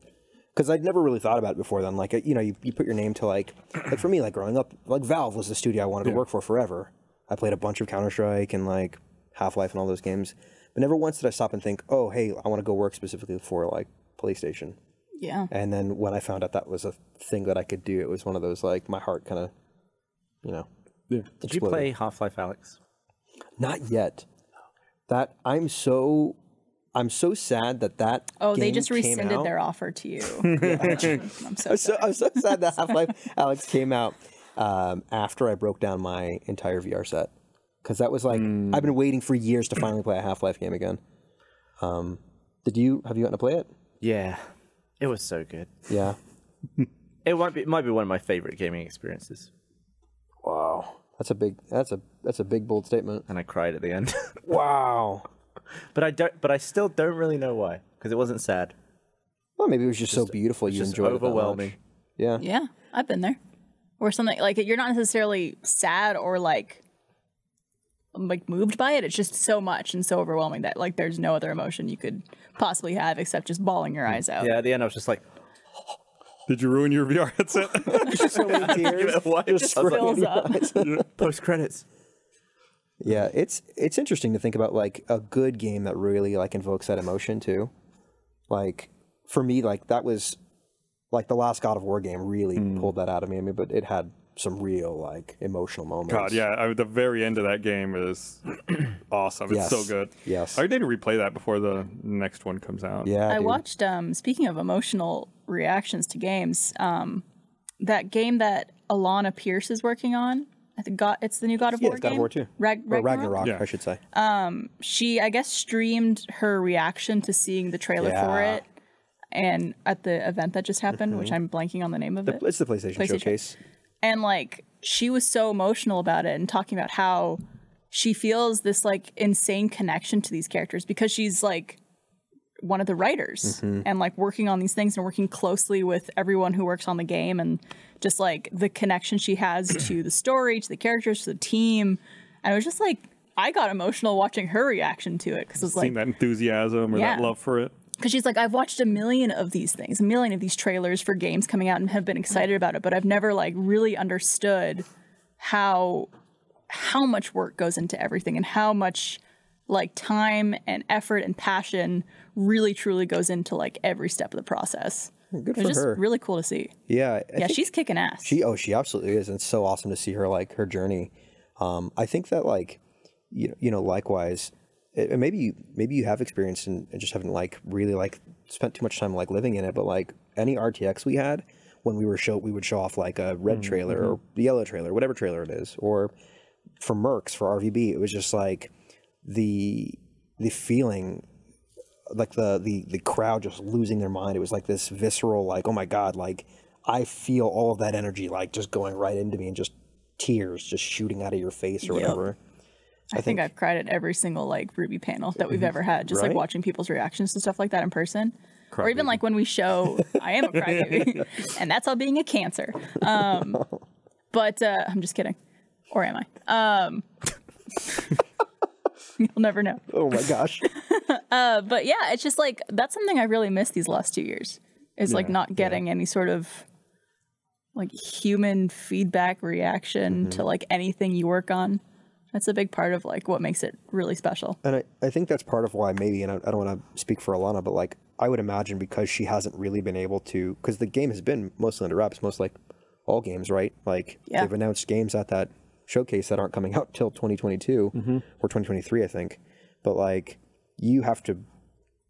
C: because I'd never really thought about it before then. Like you know, you, you put your name to like like for me, like growing up, like Valve was the studio I wanted to work for forever. I played a bunch of Counter Strike and like Half Life and all those games, but never once did I stop and think, oh hey, I want to go work specifically for like PlayStation.
D: Yeah.
C: And then when I found out that was a thing that I could do, it was one of those like my heart kind of, you know,
B: Did you play Half Life Alex?
C: not yet. That I'm so, I'm so sad that that.
D: Oh, they
C: game
D: just
C: came
D: rescinded
C: out.
D: their offer to you. I'm so
C: So I'm so sad that Half Life Alex came out um, after I broke down my entire VR set because that was like I've been waiting for years to finally play a Half Life game again. Um, did you have you gotten to play it?
B: Yeah. It was so good.
C: Yeah.
B: It might be, it might be one of my favorite gaming experiences.
C: Wow. That's a big. That's a that's a big bold statement.
B: And I cried at the end.
C: Wow.
B: but I don't but I still don't really know why because it wasn't sad.
C: Well, maybe it was just, so beautiful you
B: just
C: enjoyed it. that much.
B: overwhelming.
C: Yeah.
D: Yeah, I've been there. Or something like you're not necessarily sad or like like moved by it. It's just so much and so overwhelming that like there's no other emotion you could possibly have except just bawling your eyes out.
B: Yeah, at the end I was just like
A: Did you ruin your VR headset?
C: so many tears. Just
D: Fills
C: screaming.
D: up.
B: post credits.
C: Yeah, it's it's interesting to think about like a good game that really like invokes that emotion too. Like for me, like that was like the last God of War game really pulled that out of me. I mean, but it had some real like emotional moments.
A: God, yeah. I, the very end of that game is awesome. It's so
C: Yes.
A: good.
C: Yes.
A: I need to replay that before the next one comes out.
C: Yeah,
D: I
C: dude.
D: watched um speaking of emotional reactions to games, um that game that Alana Pierce is working on. I think God, it's the new God of
C: Yeah,
D: War
C: it's God of
D: game.
C: War too.
D: Rag-
C: or
D: Ragnarok? Uh,
C: Ragnarok,
A: Yeah.
C: I should say.
D: she I guess streamed her reaction to seeing the trailer for
C: Yeah.
D: it and at the event that just happened, which I'm blanking on the name of it.
C: It's the PlayStation,
D: PlayStation.
C: showcase.
D: And like she was so emotional about it and talking about how she feels this like insane connection to these characters because she's like one of the writers and like working on these things and working closely with everyone who works on the game and just like the connection she has to the story, to the characters, to the team. And it was just like I got emotional watching her reaction to it because it was like
A: Seeing that enthusiasm or that
D: Yeah.
A: love for it.
D: because she's like, I've watched a million of these things, a million of these trailers for games coming out, and have been excited about it, but I've never like really understood how how much work goes into everything and how much like time and effort and passion really truly goes into like every step of the process.
C: Good
D: It was
C: Hmm, for
D: just
C: her.
D: really cool to see.
C: yeah, I
D: yeah,
C: think
D: she's kicking ass.
C: she. Oh, she absolutely is, and it's so awesome to see her like her journey. Um, I think that like, you you know, likewise, it, and maybe you maybe you have experience and, and just haven't like really like spent too much time like living in it. But like any RTX we had, when we were show, we would show off like a red trailer or the yellow trailer, whatever trailer it is, or for Mercs for RVB, it was just like the the feeling like the the the crowd just losing their mind. It was like this visceral, like oh my god, like I feel all of that energy like just going right into me and just tears just shooting out of your face or whatever.
D: I think, Mm-hmm. I've cried at every single like Ruby panel that we've ever had, just
C: Right?
D: like watching people's reactions and stuff like that in person. or even like when we show I am a crybaby, and that's all being a cancer. Um, but uh, I'm just kidding, or am I? Um, you'll never know.
C: Oh my gosh,
D: But yeah, it's just like that's something I really missed these last two years. Is like not getting any sort of like human feedback reaction to like anything you work on. That's a big part of like what makes it really special.
C: and I, I think that's part of why maybe and I, I don't want to speak for Alana, but like I would imagine because she hasn't really been able to because the game has been mostly under wraps, most like all games, right? Like
D: Yeah.
C: they've announced games at that showcase that aren't coming out till 2022 or 2023, I think. But like you have to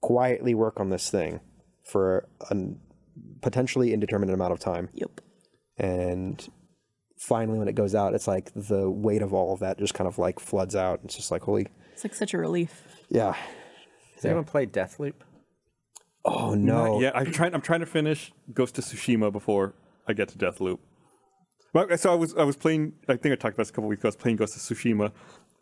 C: quietly work on this thing for a potentially indeterminate amount of time
D: Yep.
C: and finally when it goes out it's like the weight of all of that just kind of like floods out it's just like holy
D: It's like such a relief.
C: yeah
B: Has anyone played Deathloop?
C: oh no
A: Uh, Yeah, I'm trying. I'm trying to finish Ghost of Tsushima before I get to Deathloop. Well, So I was I was playing. I think I talked about this a couple weeks ago. I was playing Ghost of Tsushima,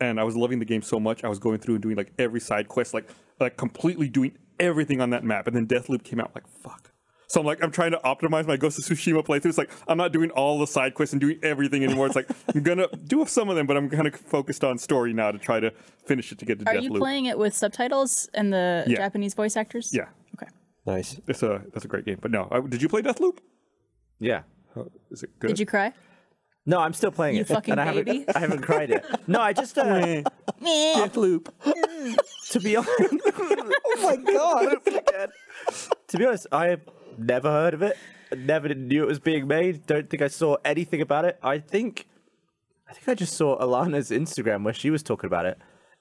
A: and I was loving the game so much. I was going through and doing like every side quest, like like completely doing everything on that map. And then Deathloop came out. Like fuck. So I'm like I'm trying to optimize my Ghost of Tsushima playthrough. It's like I'm not doing all the side quests and doing everything anymore. It's like I'm gonna do some of them, but I'm kind of focused on story now to try to finish it to get to
D: Are
A: Deathloop.
D: you playing it with subtitles and the
A: Yeah.
D: Japanese voice actors?
A: Yeah,
D: Okay.
C: nice
A: it's a that's a great game. But no, I, did you play Deathloop?
B: Yeah.
A: Is it good?
D: Did you cry?
B: No, I'm still playing
D: You
B: it.
D: fucking
B: and I haven't,
D: baby.
B: I haven't cried it. No, I just uh,
A: Deathloop.
B: to be honest.
C: oh my god
B: To be honest, I have never heard of it. Never knew it was being made. Don't think I saw anything about it. I think, I think I just saw Alana's Instagram where she was talking about it,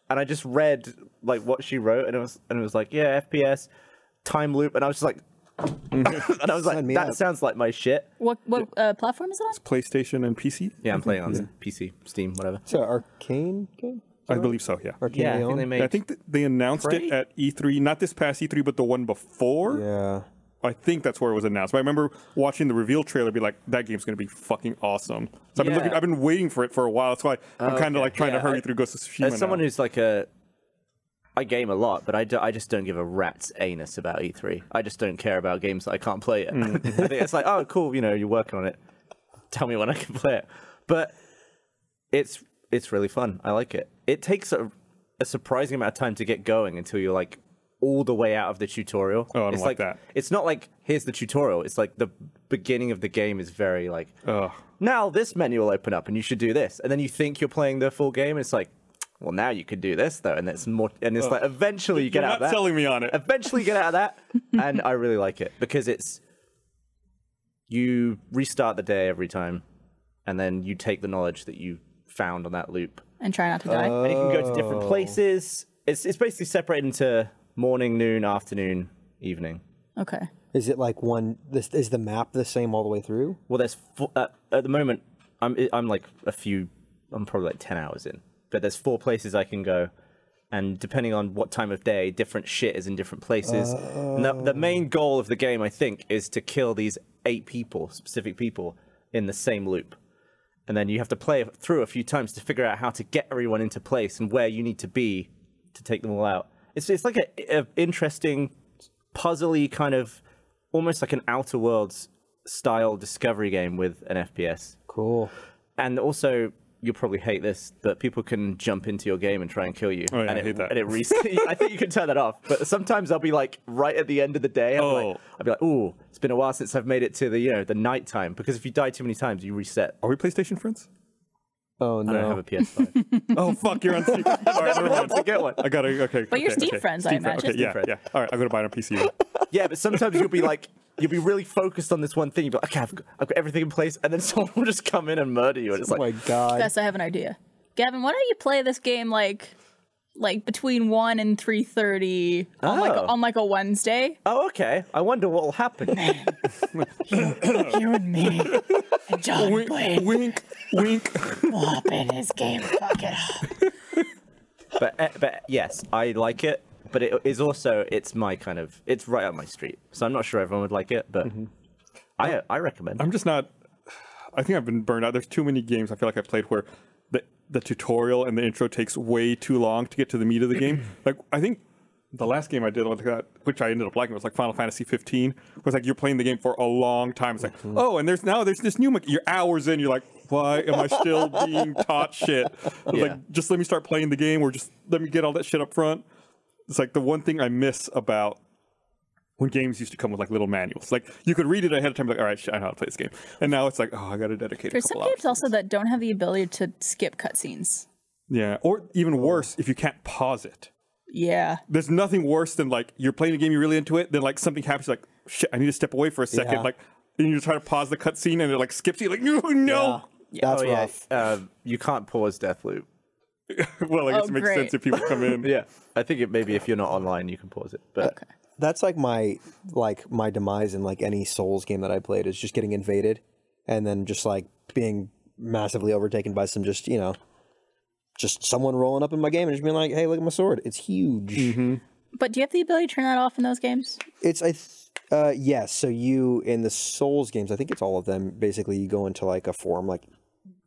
B: and I just read like what she wrote, and it was and it was like, yeah, FPS, time loop, and I was just like, and I was like,
C: Sign me
B: that
C: up.
B: sounds like my shit.
D: What what uh, platform is it on?
A: PlayStation and PC?
B: Yeah, I'm playing on PC, Steam, whatever.
C: it's an arcane game
A: I believe so, yeah.
C: arcane
B: Yeah, I think
C: Leon?
B: they made.
A: I think that they announced
B: Prey?
A: it at E3, not this past E3, but the one before.
C: yeah
A: I think that's where it was announced. But I remember watching the reveal trailer, be like, "That game's going to be fucking awesome." So I've been
B: Yeah.
A: looking, I've been waiting for it for a while. That's why I'm kind of like trying
B: Oh, Yeah,
A: to hurry
B: I-
A: through Ghost of Tsushima.
B: as someone
A: now.
B: who's like a I game a lot, but I, do, I just don't give a rat's anus about E3. I just don't care about games that I can't play yet. I think it's like, oh, cool, you know, you're working on it. Tell me when I can play it. But it's it's really fun. I like it. It takes a, a surprising amount of time to get going until you're like all the way out of the tutorial.
A: Oh, I don't
B: it's
A: like that.
B: It's not like here's the tutorial. It's like the beginning of the game is very like
A: Ugh.
B: now this menu will open up and you should do this. And then you think you're playing the full game and it's like, well, now you could do this though. And it's more, and it's like, eventually you get
A: You're
B: out of
A: not
B: that.
A: selling me on it.
B: Eventually you get out of that. and I really like it because it's, you restart the day every time and then you take the knowledge that you found on that loop
D: And try not to die.
C: Uh,
B: and you can go to
A: Oh.
B: different places. It's, it's basically separated into morning, noon, afternoon, evening.
D: okay.
C: is it like one this is the map the same all the way through
B: Well, there's four, uh, at the moment I'm I'm like a few I'm probably like 10 hours in. But there's four places I can go and depending on what time of day different shit is in different places. And the, the main goal of the game I think is to kill these eight people, specific people in the same loop. And then you have to play it through a few times to figure out how to get everyone into place and where you need to be to take them all out. It's it's like a, a interesting puzzly kind of almost like an outer worlds style discovery game with an fps
C: cool
B: and also you'll probably hate this, but people can jump into your game and try and kill you.
A: Oh, yeah,
B: and
A: I
B: it,
A: hate that.
B: And it resets. I think you can turn that off. But sometimes I'll be like right at the end of the day. I'll be like,
A: Oh.
B: I'll be like, ooh, it's been a while since I've made it to the you know the night time because if you die too many times, you reset.
A: Are we PlayStation friends?
C: Oh
B: I don't have
C: no.
B: a PS5.
A: Oh fuck, you're on Steam. All right, never mind.
B: to get one.
A: I gotta okay.
D: But you're
A: okay,
D: Steam
A: okay.
D: friends, I
A: Steam friend-
D: imagine.
A: Okay, yeah,
B: Steam friend.
A: yeah. All right, I'm gonna buy it on PC. then.
B: Yeah, but sometimes you'll be like, you'll be really focused on this one thing. You'll be like, okay, I've got, I've got everything in place, and then someone will just come in and murder you, and it's
C: Oh
B: like,
C: my god.
D: Gus, I have an idea. Gavin, why don't you play this game like like between one and three thirty on like
C: Ah.
B: Oh.
D: on like a Wednesday?
B: oh, okay. I wonder what will happen.
F: You and me and John Wayne
A: wink, wink.
F: in his game pocket.
B: but eh, but yes, I like it. But it is also it's my kind of it's right up my street. So I'm not sure everyone would like it, but
A: Mm-hmm.
B: I I recommend.
A: I'm just not. I think I've been burned out. There's too many games I feel like I've played where the the tutorial and the intro takes way too long to get to the meat of the game. like I think the last game I did like that, which I ended up liking, was like Final Fantasy 15. Was like you're playing the game for a long time. It's like oh, and there's now there's this new. mech- You're hours in. You're like, why am I still being taught shit? It's
B: Yeah.
A: Like just let me start playing the game, or just let me get all that shit up front. It's like the one thing I miss about when games used to come with like little manuals. Like you could read it ahead of time, like, all right, shit, I know how to play this game. And now it's like, oh, I got to dedicate a
D: There's some
A: couple
D: games
A: hours.
D: also that don't have the ability to skip cutscenes.
A: Yeah, or
D: Oh.
A: even worse, if you can't pause it.
D: Yeah.
A: There's nothing worse than like you're playing a game, you're really into it, then like something happens, you're like, shit, I need to step away for a second.
C: Yeah.
A: Like, and you try to pause the cutscene and it like skips you, like, no, no.
C: That's
B: oh yeah,
C: rough.
B: um, you can't pause Deathloop.
A: well, I guess
D: Oh,
A: it makes
D: great.
A: sense if people come in.
B: Yeah, I think it maybe if you're not online, you can pause it. But
C: That's like my like my demise in like any Souls game that I played is just getting invaded and then just like being massively overtaken by some just, you know, just someone rolling up in my game and just being like, "Hey, look at my sword. It's huge."
B: Mm-hmm.
D: But do you have the ability to turn that off in those games?
C: It's I th- uh yes, so you in the Souls games, I think it's all of them, basically you go into like a form like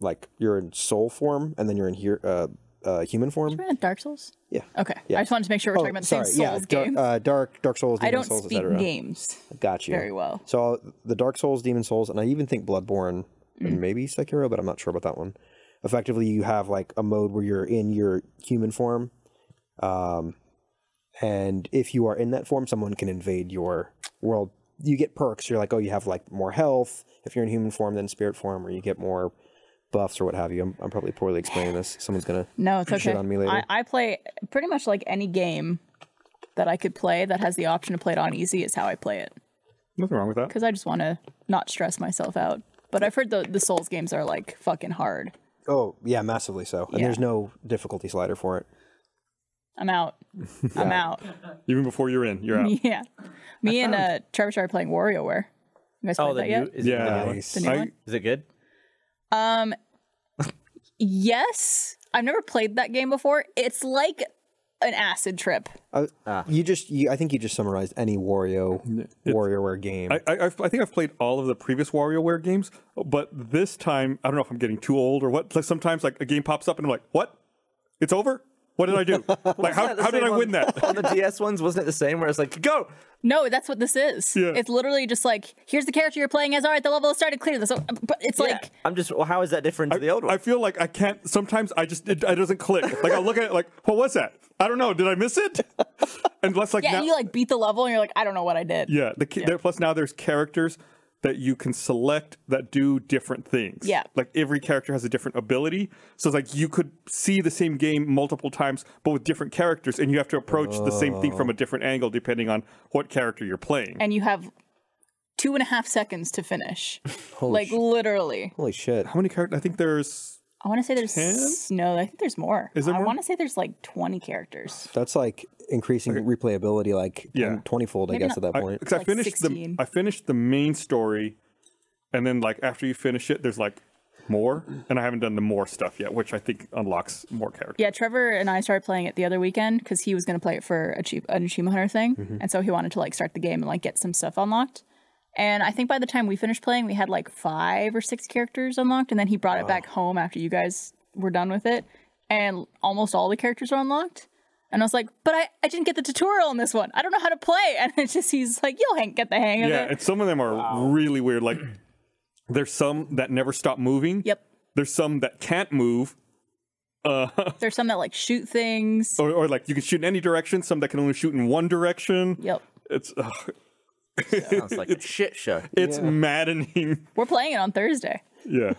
C: like you're in soul form and then you're in here uh uh human form.
D: Remember Eh, Dark Souls?
C: Yeah.
D: Okay. I just wanted to make sure we're talking about the same Souls
C: Dar-
D: games.
C: uh, dark Dark Souls, Demon
D: I don't
C: Souls, uh, et
D: speak
C: cetera.
D: games.
C: Got you.
D: very well.
C: So the Dark Souls, Demon Souls, and I even think Bloodborne
D: Mm-hmm.
C: and maybe Sekiro, but I'm not sure about that one. Effectively, you have like a mode where you're in your human form, um, and if you are in that form, someone can invade your world. You get perks. You're like, oh, you have like more health if you're in human form than spirit form, or you get more buffs or what have you. I'm, I'm probably poorly explaining this. Someone's gonna
D: No, it's okay.
C: shit on me later.
D: I, I play pretty much like any game that I could play that has the option to play it on easy is how I play it.
A: Nothing wrong with that.
D: Because I just want to not stress myself out. But I've heard the, the Souls games are like fucking hard.
C: oh yeah, massively so. And
D: Yeah.
C: there's no difficulty slider for it.
D: I'm out. I'm out.
A: Even before you're in, you're out.
D: Yeah. Me and uh, Trevor started playing WarioWare. You guys played
B: oh, the
D: that yet?
B: new is, it, the
A: Yeah.
B: new one?
D: The new
A: I-
D: one?
B: is it good?
D: Yes. I've never played that game before. It's like an acid trip.
C: I, Uh, You just, you, I think you just summarized any Wario WarioWare game.
A: I, I, I've- I think I've played all of the previous WarioWare games, but this time I don't know if I'm getting too old or what. Like sometimes, like a game pops up and I'm like, "What? It's over? What did I do? like how,
B: Wasn't that the
A: how did
B: same
A: I win
B: on-
A: that?"
B: on the DS ones? Wasn't it the same where it's like go?
D: No, that's what this is.
A: Yeah.
D: It's literally just like, here's the character you're playing as. All right, the level is started. Clear this. But it's
B: Yeah.
D: like,
B: I'm just. Well, how is that different to the old one?
A: I feel like I can't. Sometimes I just it, it doesn't click. Like I will look at it like, "What was that? I don't know. Did I miss it?" Unless like
D: yeah,
A: now,
D: and you like beat the level and you're like, I don't know what I did.
A: yeah, the, ki- There, plus now there's characters that you can select that do different things.
D: Yeah.
A: like every character has a different ability, so it's like you could see the same game multiple times, but with different characters, and you have to approach the same thing from a different angle depending on what character you're playing.
D: And you have two and a half seconds to finish. like,
C: sh-
D: literally.
C: Holy shit!
A: How many characters? I think there's.
D: I want to say there's s- no. I think there's more.
A: Is there
D: I
A: more?
D: want to say there's like 20 characters.
C: That's like increasing replayability, like
A: Yeah.
C: twenty-fold, I
D: Maybe
C: guess, at that
A: I,
C: point.
A: 'cause I
D: Like
A: finished
D: 16.
A: the I finished the main story, and then like after you finish it, there's like more, and I haven't done the more stuff yet, which I think unlocks more characters.
D: Yeah, Trevor and I started playing it the other weekend because he was going to play it for a cheap, an achievement hunter thing, and so he wanted to like start the game and like get some stuff unlocked. And I think by the time we finished playing, we had like five or six characters unlocked, and then he brought it back home after you guys were done with it, and almost all the characters are unlocked. And I was like, but I, I didn't get the tutorial on this one. I don't know how to play. And it's just, he's like, you'll hang, get the hang of
A: Yeah,
D: it.
A: and some of them are really weird. Like there's some that never stop moving.
D: Yep.
A: There's some that can't move,
D: There's some that like shoot things.
A: or, or like you can shoot in any direction. Some that can only shoot in one direction.
D: Yep.
A: It's ugh,
B: Sounds like a shit show.
A: it's maddening.
D: We're playing it on Thursday
A: Yeah,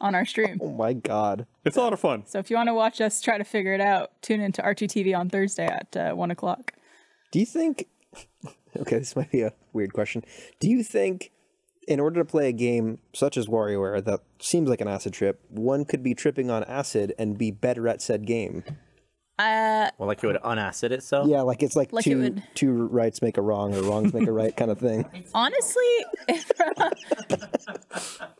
D: on our stream.
C: Oh my god.
A: it's a lot of fun.
D: So if you want to watch us try to figure it out, tune into RTTV on Thursday at uh, one o'clock.
C: Do you think? Okay, this might be a weird question. Do you think, in order to play a game such as WarioWare that seems like an acid trip, one could be tripping on acid and be better at said game?
D: Uh,
B: Well, like it would unacid itself.
C: Yeah, like it's like,
D: Like it
C: two
D: would-
C: two rights make a wrong or wrongs make a right kind of thing.
D: honestly,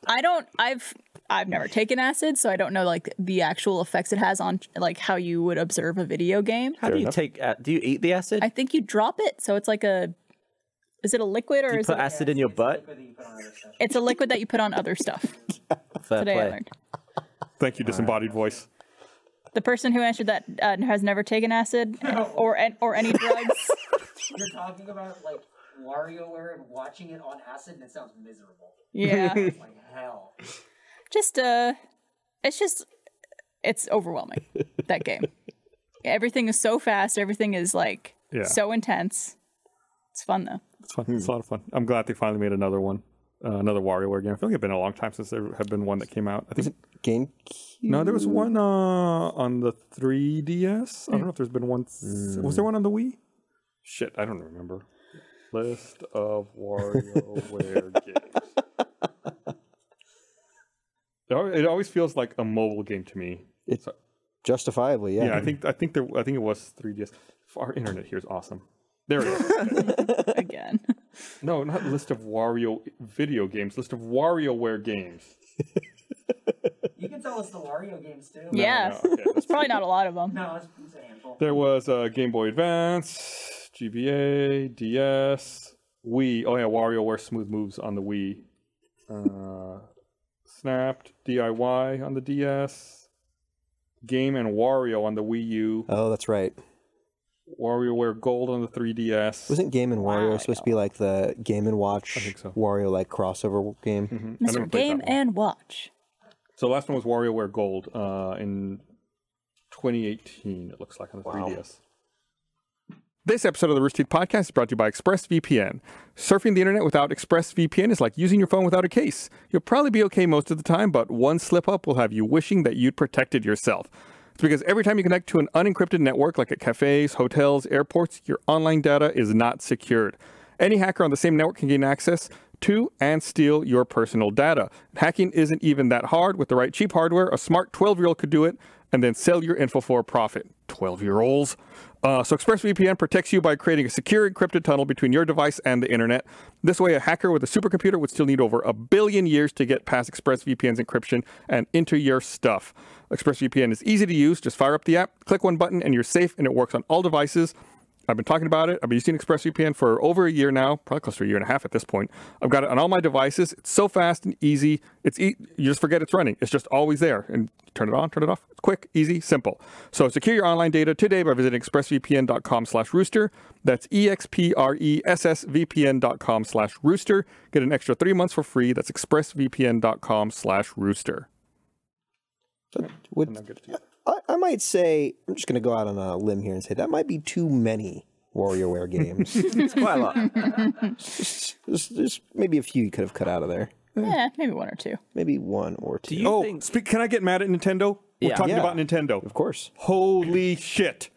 D: I don't. I've I've never taken acid, so I don't know like the actual effects it has on like how you would observe a video game.
B: How do you take? Uh, do you eat the acid?
D: I think you drop it, so it's like a. Is it a liquid or
B: you
D: is
B: put
D: it?
B: acid in your butt.
D: It's a liquid that you put on other stuff.
B: Fair
D: Today I
B: play.
D: learned.
A: Thank you, disembodied voice.
D: The person who answered that uh, has never taken acid or an- or any drugs.
G: You're talking about like WarioWare and watching it on acid, and it sounds miserable.
D: yeah,
G: Like hell.
D: just uh, it's just it's overwhelming that game. Everything is so fast. Everything is like
A: Yeah.
D: so intense. It's fun though.
A: It's fun. It's a lot of fun. I'm glad they finally made another one, uh, another WarioWare game. I feel like it's been a long time since there have been one that came out. I think
C: Game.
A: no, there was one uh, on the 3DS. I don't know if there's been one. s- Was there one on the Wii? Shit, I don't remember. List of WarioWare games. It al- It always feels like a mobile game to me.
C: It's justifiably, yeah.
A: Yeah, I think I think there I think it was 3DS. Our internet here is awesome. There it is.
D: Again,
A: No, not list of Wario video games. List of WarioWare games.
G: You can tell us the Wario games too.
D: yeah,
A: No, okay, that's-
D: probably not a lot of them.
G: No, it's, it's a handful.
A: There was uh, Game Boy Advance, GBA, DS, Wii. Oh yeah, WarioWare Smooth Moves on the Wii. Uh, Snapped DIY on the DS. Game and Wario on the Wii U.
C: Oh, that's right.
A: WarioWare Gold on the 3DS.
C: Wasn't Game and Wario supposed to be like the Game and Watch
A: so. Hmm.
C: Wario like crossover game?
A: Mm-hmm. I never played
D: Mr.
A: that
D: Game
A: one.
D: and Watch.
A: So the last one was WarioWare Gold uh, in 2018, it looks like, on the 3DS. This episode of the Rooster Teeth Podcast is brought to you by ExpressVPN. Surfing the internet without ExpressVPN is like using your phone without a case. You'll probably be okay most of the time, but one slip up will have you wishing that you'd protected yourself. It's because every time you connect to an unencrypted network, like at cafes, hotels, airports, your online data is not secured. Any hacker on the same network can gain access to and steal your personal data. Hacking isn't even that hard. With the right cheap hardware, a smart 12 year old could do it and then sell your info for a profit. 12 year olds. Uh, so ExpressVPN protects you by creating a secure encrypted tunnel between your device and the internet. This way, a hacker with a supercomputer would still need over a billion years to get past ExpressVPN's encryption and into your stuff. ExpressVPN is easy to use. Just fire up the app, click one button, and you're safe, and it works on all devices. I've been talking about it. I've been using ExpressVPN for over a year now, probably close to a year and a half at this point. I've got it on all my devices. It's so fast and easy. It's e- you just forget it's running. It's just always there. And turn it on, turn it off. It's quick, easy, simple. So secure your online data today by visiting expressvpn.com/rooster. That's e x p r e s s v p n.com/rooster. Get an extra three months for free. That's expressvpn.com/rooster.
C: Would- I, I might say I'm just going to go out on a limb here and say that might be too many WarioWare games.
B: It's quite a lot.
C: there's, there's maybe a few you could have cut out of there.
D: Yeah, maybe one or two.
C: Maybe one or two.
B: Do you think?
A: speak, Oh, can I get mad at Nintendo? We're
B: Yeah. talking
C: Yeah. about
A: Nintendo.
C: Of course.
A: Holy shit!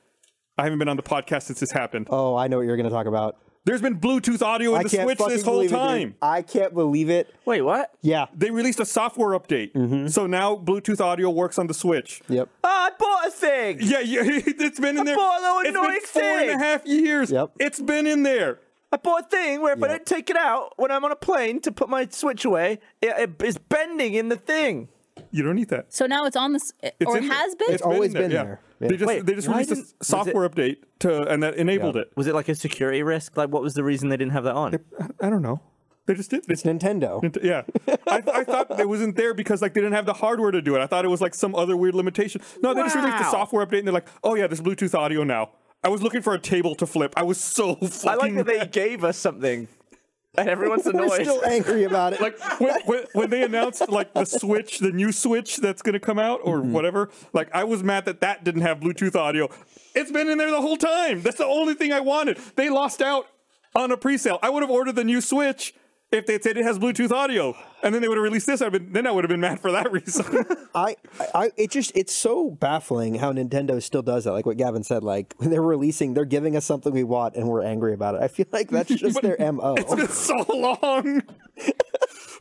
A: I haven't been on the podcast since this happened.
C: Oh, I know what you're going to talk about.
A: There's been Bluetooth audio in
C: I
A: the
C: can't
A: Switch
C: fucking
A: this whole
C: believe It,
A: time.
C: dude. I can't believe it.
B: Wait, what?
C: Yeah.
A: They released a software update, so now Bluetooth audio works on the Switch.
C: Mm-hmm. Yep.
B: Oh, I bought a thing.
A: Yeah, yeah it's been in there.
B: bought a little
A: It's been
B: annoying
A: four and
B: thing.
A: a half years.
C: Yep.
A: It's been in there.
B: I bought a thing where if I don't take it out when I'm on a plane to put my switch away, it, it is bending in the thing.
A: You don't need that.
D: So now it's on this,
A: It's
D: or it
A: in there.
D: has been.
C: It's always been
A: yeah.
C: there. Yeah.
A: They just
B: Wait,
A: they just
B: why
A: released a
B: didn't-
A: s-
B: was
A: software update to and that enabled
C: Yeah.
A: it.
B: Was it like a security risk? Like, what was the reason they didn't have that on?
A: I don't know. They just did.
C: It's Nintendo.
A: Nint- Yeah, I, I thought it wasn't there because like they didn't have the hardware to do it. I thought it was like some other weird limitation. No, they just released a
B: Wow.
A: software update and they're like, oh yeah, there's Bluetooth audio now. I was looking for a table to flip. I was so fucking.
B: I like that they
A: mad.
B: gave us something and everyone's
C: We're
B: annoyed.
C: still angry about it.
A: like when, when, when they announced like the switch the new switch that's going to come out or whatever like i was mad that that didn't have bluetooth audio it's been in there the whole time that's the only thing i wanted they lost out on a pre-sale i would have ordered the new switch if they said it has bluetooth audio and then they would have released this I've been, then i would have been mad for that reason
C: I, I, it just, it's so baffling how Nintendo still does that. Like what Gavin said, like when they're releasing, they're giving us something we want and we're angry about it. I feel like that's just their Oh, MO.
A: It's been so long.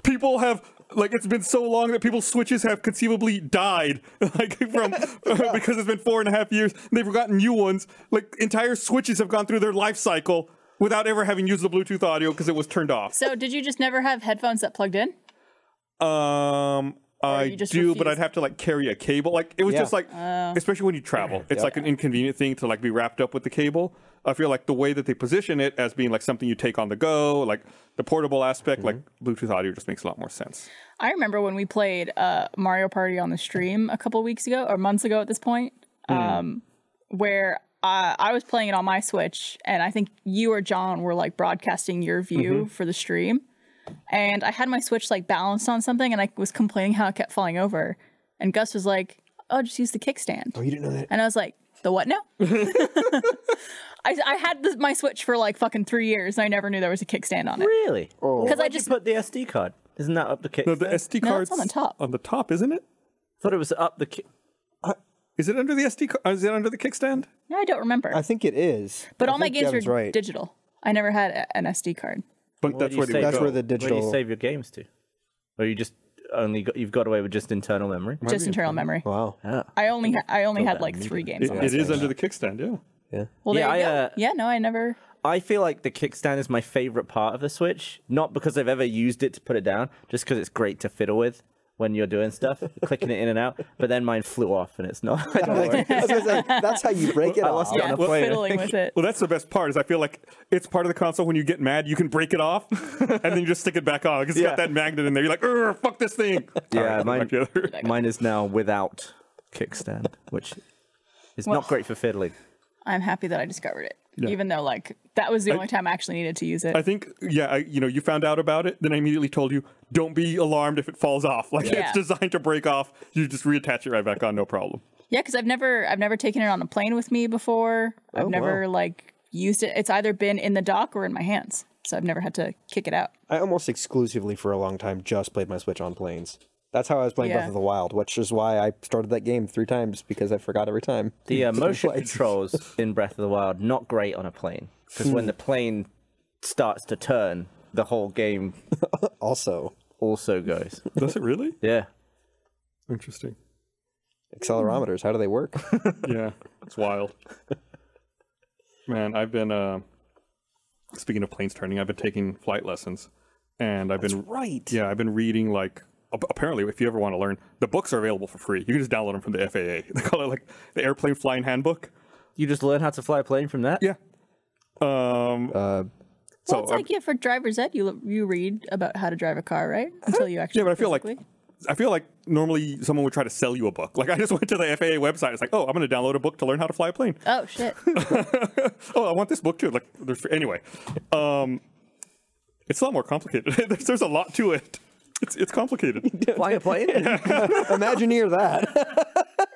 A: people have like it's been so long that people's switches have conceivably died, like from because it's been four and a half years. They've gotten new ones. Like entire switches have gone through their life cycle without ever having used the Bluetooth audio because it was turned off.
D: So did you just never have headphones that plugged in?
A: Um. I
D: you just Oh.
A: do, but
D: refused?
A: I'd have to like carry a cable. Like it was
C: Yeah.
A: just like, especially when you travel, it's like an inconvenient thing to like be wrapped up with the cable. I feel like the way that they position it as being like something you take on the go, like the portable aspect, like Bluetooth audio just makes a lot more sense.
D: I remember when we played uh, Mario Party on the stream a couple weeks ago or months ago at this point, um, where uh, I was playing it on my Switch, and I think you or John were like broadcasting your view for the stream. And I had my Switch like balanced on something, and I was complaining how it kept falling over. And Gus was like, "Oh, just use the kickstand."
C: oh, you didn't know that?
D: And I was like, the what now? I, I had this, my Switch for like fucking three years and I never knew there was a kickstand on it.
B: really?
C: Oh.
D: Because I
B: Where'd
D: just,
B: you put the SD card? Isn't that up the kick?
A: No, the SD
D: No,
A: card's
D: it's on the top.
A: On the top, isn't it?
B: thought it was up the. Ki-
A: Is it under the SD? ca- Is it under the kickstand?
D: no, I don't remember.
C: I think it is.
D: but
C: I
D: all my
C: think
D: games
C: Gavin's
D: were
C: right.
D: digital. I never had a- an SD card.
A: But
B: Where
A: that's
B: do you
A: where they
B: save
C: That's
A: go.
C: where the
B: Where do
C: digital.
B: you save your games to? Or you just only got, you've got away with just internal memory?
D: just internal memory.
C: Wow.
D: I only ha- I only had like three games.
A: It-
D: on
A: it
D: that.
A: is under the kickstand. Yeah.
D: Well, there
B: Yeah,
D: you
B: I,
D: go.
B: uh,
D: yeah, no, I never.
B: I feel like the kickstand is my favorite part of the Switch, not because I've ever used it to put it down, just because it's great to fiddle with when you're doing stuff, clicking it in and out. But then mine flew off, and it's not. I don't know.
C: Like, I was gonna say, that's how you break it off.
D: Yeah,
B: the plane, I
D: fiddling with it.
A: Well, that's the best part. Is I feel like it's part of the console. When you get mad, you can break it off, and then you just stick it back on. 'cause It's
B: Yeah.
A: got that magnet in there. You're like, "Urgh, fuck this thing. All
B: Yeah,
A: right,
B: mine-
A: back together.
B: Mine is now without kickstand, which is
D: Well-
B: not great for fiddling.
D: I'm happy that I discovered it, even though like that was the only time I actually needed to use it.
A: I think, yeah, I, you know, you found out about it. Then I immediately told you, don't be alarmed if it falls off. Like
D: Yeah.
A: it's designed to break off. You just reattach it right back on, no problem.
D: Yeah, because I've never I've never taken it on a plane with me before.
A: Oh,
D: I've never like used it. It's either been in the dock or in my hands, so I've never had to kick it out.
C: I almost exclusively for a long time just played my Switch on planes. That's how I was playing
D: Yeah.
C: Breath of the Wild, which is why I started that game three times because I forgot every time.
B: The
D: um,
B: uh, motion
C: planes.
B: controls in Breath of the Wild not great on a plane because when the plane starts to turn, the whole game
C: Also,
B: also goes.
A: Does it really?
B: Yeah,
A: Interesting.
C: accelerometers, how do they work?
A: yeah, it's wild. Man, I've been uh, speaking of planes turning. I've been taking flight lessons, and I've been
C: right.
A: Yeah, I've been reading like ap- apparently, if you ever want to learn, the books are available for free. You can just download them from the FAA. They call it like the Airplane Flying Handbook.
B: you just learn how to fly a plane from that.
A: Yeah. Um,
C: Uh,
A: so
D: well, it's
A: I-
D: like yeah, for driver's ed, you you read about how to drive a car, right? Until you actually
A: yeah, but I feel like
D: physically-
A: I feel like normally someone would try to sell you a book. Like I just went to the FAA website. It's like, oh, I'm going to download a book to learn how to fly a plane.
D: oh shit,
A: oh, I want this book too. Like, there's anyway. Um, it's a lot more complicated. there's, there's a lot to it. It's it's complicated.
B: Fly a plane?
C: Imagineer that.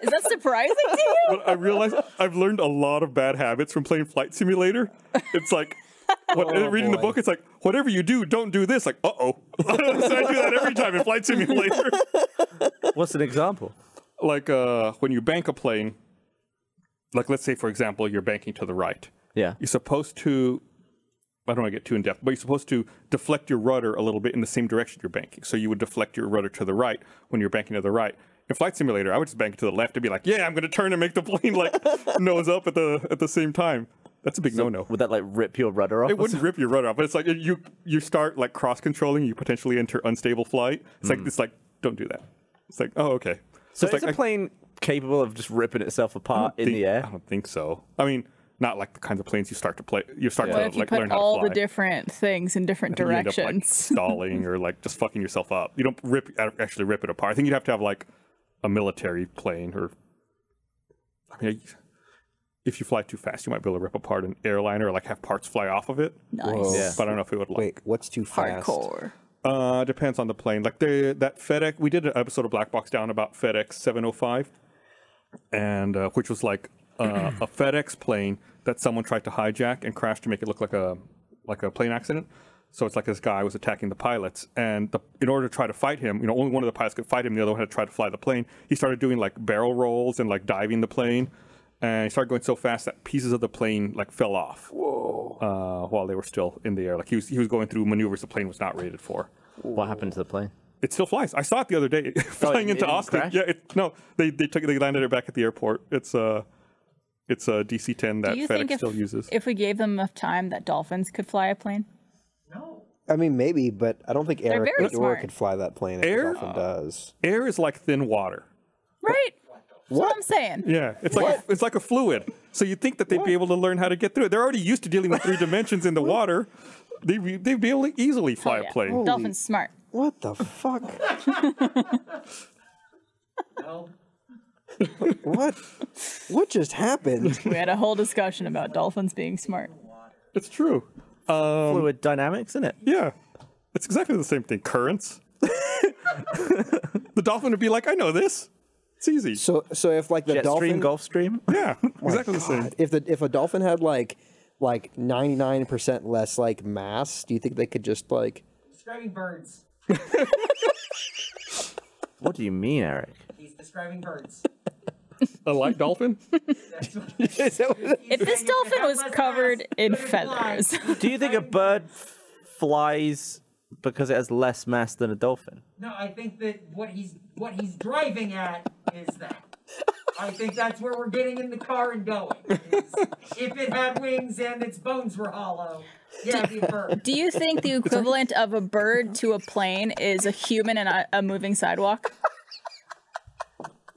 D: is that surprising to you?
A: but I realize I've learned a lot of bad habits from playing Flight Simulator. It's like. What, reading the
C: boy.
A: book, it's like whatever you do, don't do this. Like, uh oh, so I do that every time in Flight Simulator.
B: What's an example?
A: like uh, when you bank a plane, like let's say for example you're banking to the right,
B: Yeah.
A: you're supposed to. I don't want to get too in depth, but you're supposed to deflect your rudder a little bit in the same direction you're banking. So you would deflect your rudder to the right when you're banking to the right. In Flight Simulator, I would just bank to the left and be like, "Yeah, I'm going to turn and make the plane like nose up at the at the same time." That's a big no-no.
B: Would that like rip your rudder off?
A: It wouldn't rip your rudder off, but it's like you you start like cross controlling. You potentially enter unstable flight. It's like it's like don't do that. It's like oh okay.
B: Hmm. So
A: it's like,
B: is a
A: I-
B: plane capable of just ripping itself apart in
A: think-
B: the
A: I
B: air?
A: don't think so. I mean, not like the kinds of planes you start to play. You start
D: What
A: to
D: if you
A: like learn
D: put
A: how
D: all
A: to fly.
D: the different things in different
A: You end up, like,
D: directions?
A: stalling or like just fucking yourself up. You don't rip actually rip it apart. I think you'd have to have like a military plane or. I mean, if you fly too fast, you might be able to rip apart an airliner or like have parts fly off of it.
D: Nice.
A: But I don't know if it would like.
C: Wait, what's too fast?
D: Hardcore.
A: Uh, depends on the plane. Like the that FedEx, we did an episode of Black Box Down about FedEx 705, and uh, which was like uh, a FedEx plane that someone tried to hijack and crash to make it look like a like a plane accident. So it's like this guy was attacking the pilots, and the, in order to try to fight him, you know, only one of the pilots could fight him. The other one had to try to fly the plane. He started doing like barrel rolls and like diving the plane, and he started going so fast that pieces of the plane like fell off uh, while they were still in the air. Like he was he was going through maneuvers the plane was not rated for.
B: What happened to the plane?
A: It still flies. I saw Oh, it the other day flying
B: it
A: into
B: didn't
A: Austin.
B: crash?
A: Yeah, it, no, they they took they landed it back at the airport. It's uh it's a DC ten that
D: Do you think
A: FedEx
D: if,
A: still uses.
D: if we gave them enough time that dolphins could fly a plane?
G: No.
C: I mean, maybe, but I don't think Air
D: very
C: Air
D: smart.
C: could fly that plane. if
A: Air?
C: it often does.
A: Air is like thin water.
D: Right? That's
C: What?
D: what I'm saying.
A: Yeah, it's like a, it's like a fluid. So you think that they'd be able to learn how to get through it? They're already used to dealing with three dimensions in the water. They re- they'd be able to easily fly
D: Oh, Yeah.
A: a plane.
D: Dolphins smart.
C: What the fuck?
G: No.
C: what? What just happened?
D: We had a whole discussion about dolphins being smart.
A: It's true.
B: Fluid dynamics, isn't it?
A: Yeah. It's exactly the same thing. Currents. the dolphin would be like, I know this. It's easy.
C: So, so if like the
B: Jet
C: dolphin, Oh
B: stream, Gulf stream.
A: yeah. Exactly the same.
C: if the if a dolphin had like like ninety nine percent less like mass, do you think they could just like?
G: Describing birds.
B: What do you mean, Eric?
G: He's describing birds.
A: A light dolphin?
C: Is that what-
D: If this dolphin was covered in feathers,
B: Do you think a bird f- flies because it has less mass than a dolphin?
G: No, I think that what he's what he's driving at is that. I think that's where we're getting in the car and going. is if it had wings and its bones were hollow, yeah, it'd be a bird.
D: do you think the equivalent of a bird to a plane is a human and a, a moving sidewalk?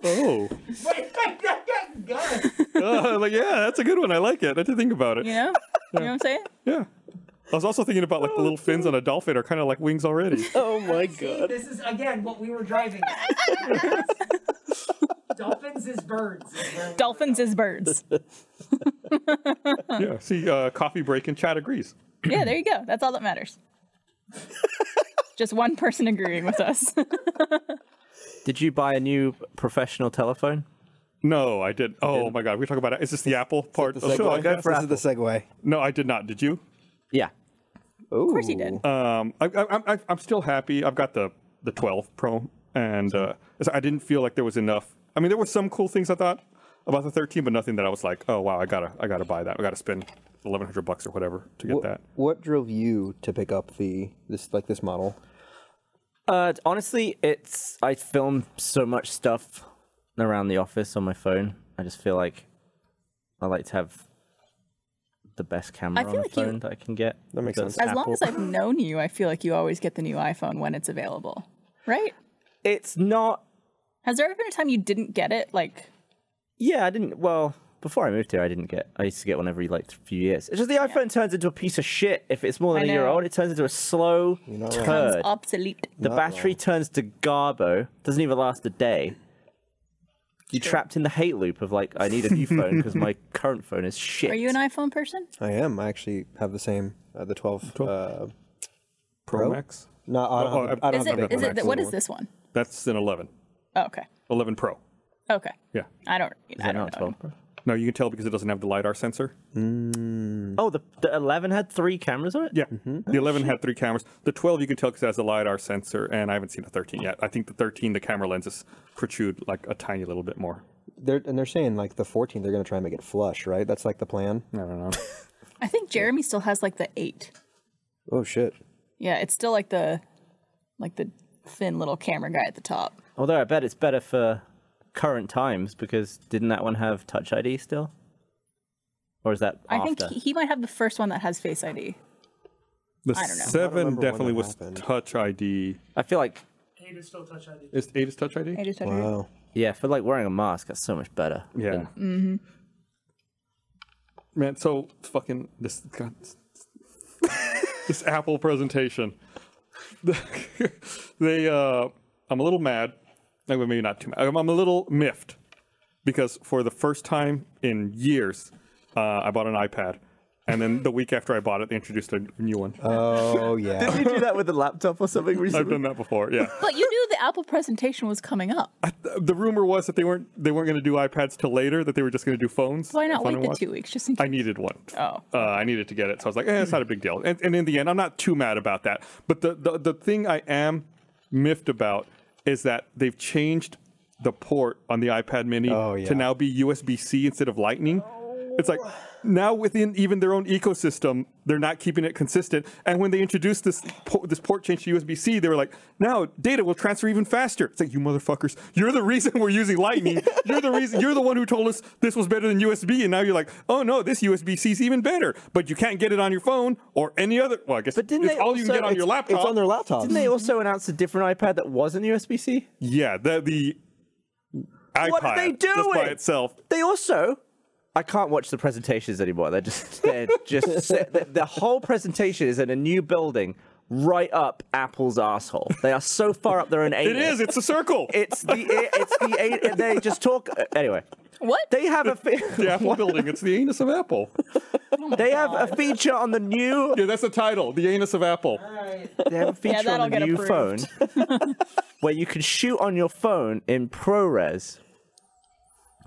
A: Oh.
G: Wait, wait, that got guns.
A: Uh, like, yeah, that's a good one. I like it. I didn't think about it.
D: You
A: Yeah.
D: know? You know what I'm saying?
A: I was also thinking about like the little fins on a dolphin are kind of like wings already.
C: oh my
G: See,
C: god!
G: this is again what we were driving at. Dolphins is birds. is where we-
D: Dolphins is birds.
A: yeah. See, uh, coffee break and chat agrees.
D: Yeah, there you go. That's all that matters. Just one person agreeing with us.
B: Did you buy a new professional telephone?
A: No, I did. Oh my god, we talk about it. Is this the Apple part?
C: The segue?
A: of the
B: go
A: podcast?
B: for
C: this is the segue.
A: no, I did not. Did you?
B: Yeah.
C: Of
D: course he did.
A: Um, I, I, I, I'm still happy. I've got the the 12 Pro, and uh, so I didn't feel like there was enough. I mean, there were some cool things I thought about the 13, but nothing that I was like, oh wow, I gotta I gotta buy that. I gotta spend 1,100 bucks or whatever to get that.
C: What drove you to pick up the this like this model?
B: Uh, it's- honestly, it's I film so much stuff around the office on my phone. I just feel like I like to have the best camera
D: I
B: on
D: feel
B: the
D: like you-
B: phone that I can get. That
C: makes sense.
D: As long as I've known you, I feel like you always get the new iPhone when it's available, right?
B: it's not.
D: Has there ever been a time you didn't get it? Like,
B: Yeah, I didn't. Well, before I moved here, I didn't get. I used to get one every like few years. It's just the iPhone turns into a piece of shit if it's more than
D: I
B: a year
D: know.
B: old. It turns into a slow
C: not wrong.
D: it's
B: turd.
D: obsolete.
B: The battery turns to garbo. Doesn't even last a day. You're trapped in the hate loop of like, I need a new phone because my current phone is shit.
D: Are you an iPhone person?
C: I am. I actually have the same. Uh, the twelve. Uh,
A: Pro,
C: Pro?
A: Max?
C: no, I don't.
A: Oh,
C: have, the-
A: I-
C: I don't
D: Is
C: have
D: it?
C: the big
D: Is
C: one.
D: it? What is this one?
A: That's an 11,
D: Oh, okay.
A: 11 Pro.
D: Okay.
A: Yeah.
D: I don't. I don't
B: not
D: know.
B: 12
A: No, you can tell because it doesn't have the lidar sensor.
B: Oh, the, the 11 had three cameras on it?
A: Yeah,
D: Mm-hmm.
A: the 11 had three cameras. The 12 you can tell because it has the lidar sensor, and I haven't seen the 13 yet. I think the 13 the camera lenses protrude like a tiny little bit more.
C: They're, and they're saying like the 14, they're going to try and make it flush, right? That's like the plan.
A: I don't know.
D: I think Jeremy still has like the eight.
C: Oh shit!
D: Yeah, it's still like the, like the thin little camera guy at the top.
B: Although I bet it's better for current times because didn't that one have Touch ID still? Or is that
D: I think
B: after?
D: he, he might have the first one that has Face ID.
A: The
D: I don't know. I don't
A: seven
C: remember when
A: definitely
C: that
A: was
C: happened.
A: Touch ID.
B: I feel like,
A: Is eight is Touch ID?
D: I just had to-
C: Wow.
B: yeah, for like wearing a mask, that's so much better.
A: Yeah. Mm-hmm. Man, so fucking this God, this Apple presentation. they, uh, I'm a little mad. No, Maybe not too mad. I'm, I'm a little miffed
H: because for the first time in years, uh, I bought an iPad, and then the week after I bought it, they introduced a new one.
C: Oh yeah.
B: Did you do that with a laptop or something
H: I've
B: recently?
H: done that before. Yeah,
D: But you knew the Apple presentation was coming up.
H: the rumor was that they weren't they weren't going to do iPads till later. That they were just going to do phones.
D: Why not
H: If I
D: wait
H: don't
D: the
H: watch-
D: two weeks just in
H: I
D: case?
H: needed one.
D: Oh.
H: Uh, I needed to get it. So I was like, eh, it's not a big deal. And, and in the end, I'm not too mad about that. But the, the, the thing I am miffed about is that they've changed the port on the iPad mini
C: Oh, yeah.
H: to now be USB C instead of Lightning. It's like now within even their own ecosystem, they're not keeping it consistent. And when they introduced this po- this port change to USB C, they were like, "Now data will transfer even faster." It's like you motherfuckers, you're the reason we're using Lightning. you're the reason. You're the one who told us this was better than USB, and now you're like, "Oh no, this USB C is even better." But you can't get it on your phone or any other. Well, I guess
B: But didn't
H: it's
B: they
H: all you can
B: also-
H: get on your
C: It's-
H: laptop.
C: It's on their laptops.
B: Didn't they also announce a different iPad that wasn't USB C?
H: yeah, the the iPad
B: What are they
H: just by
B: doing?
H: itself
B: They also. I can't watch the presentations anymore. They're just they're just sit- the, the whole presentation is in a new building right up Apple's asshole. They are so far up their own
H: It is. It's a circle.
B: It's the it, it's the eight. They just talk uh, anyway.
D: What?
B: They have a fe-
H: the Apple building. It's the anus of Apple.
B: they have a feature on the new
H: Yeah, that's the title. The anus of Apple.
B: they have a feature
D: that'll
B: on the
D: get
B: new
D: approved.
B: phone where you can shoot on your phone in ProRes.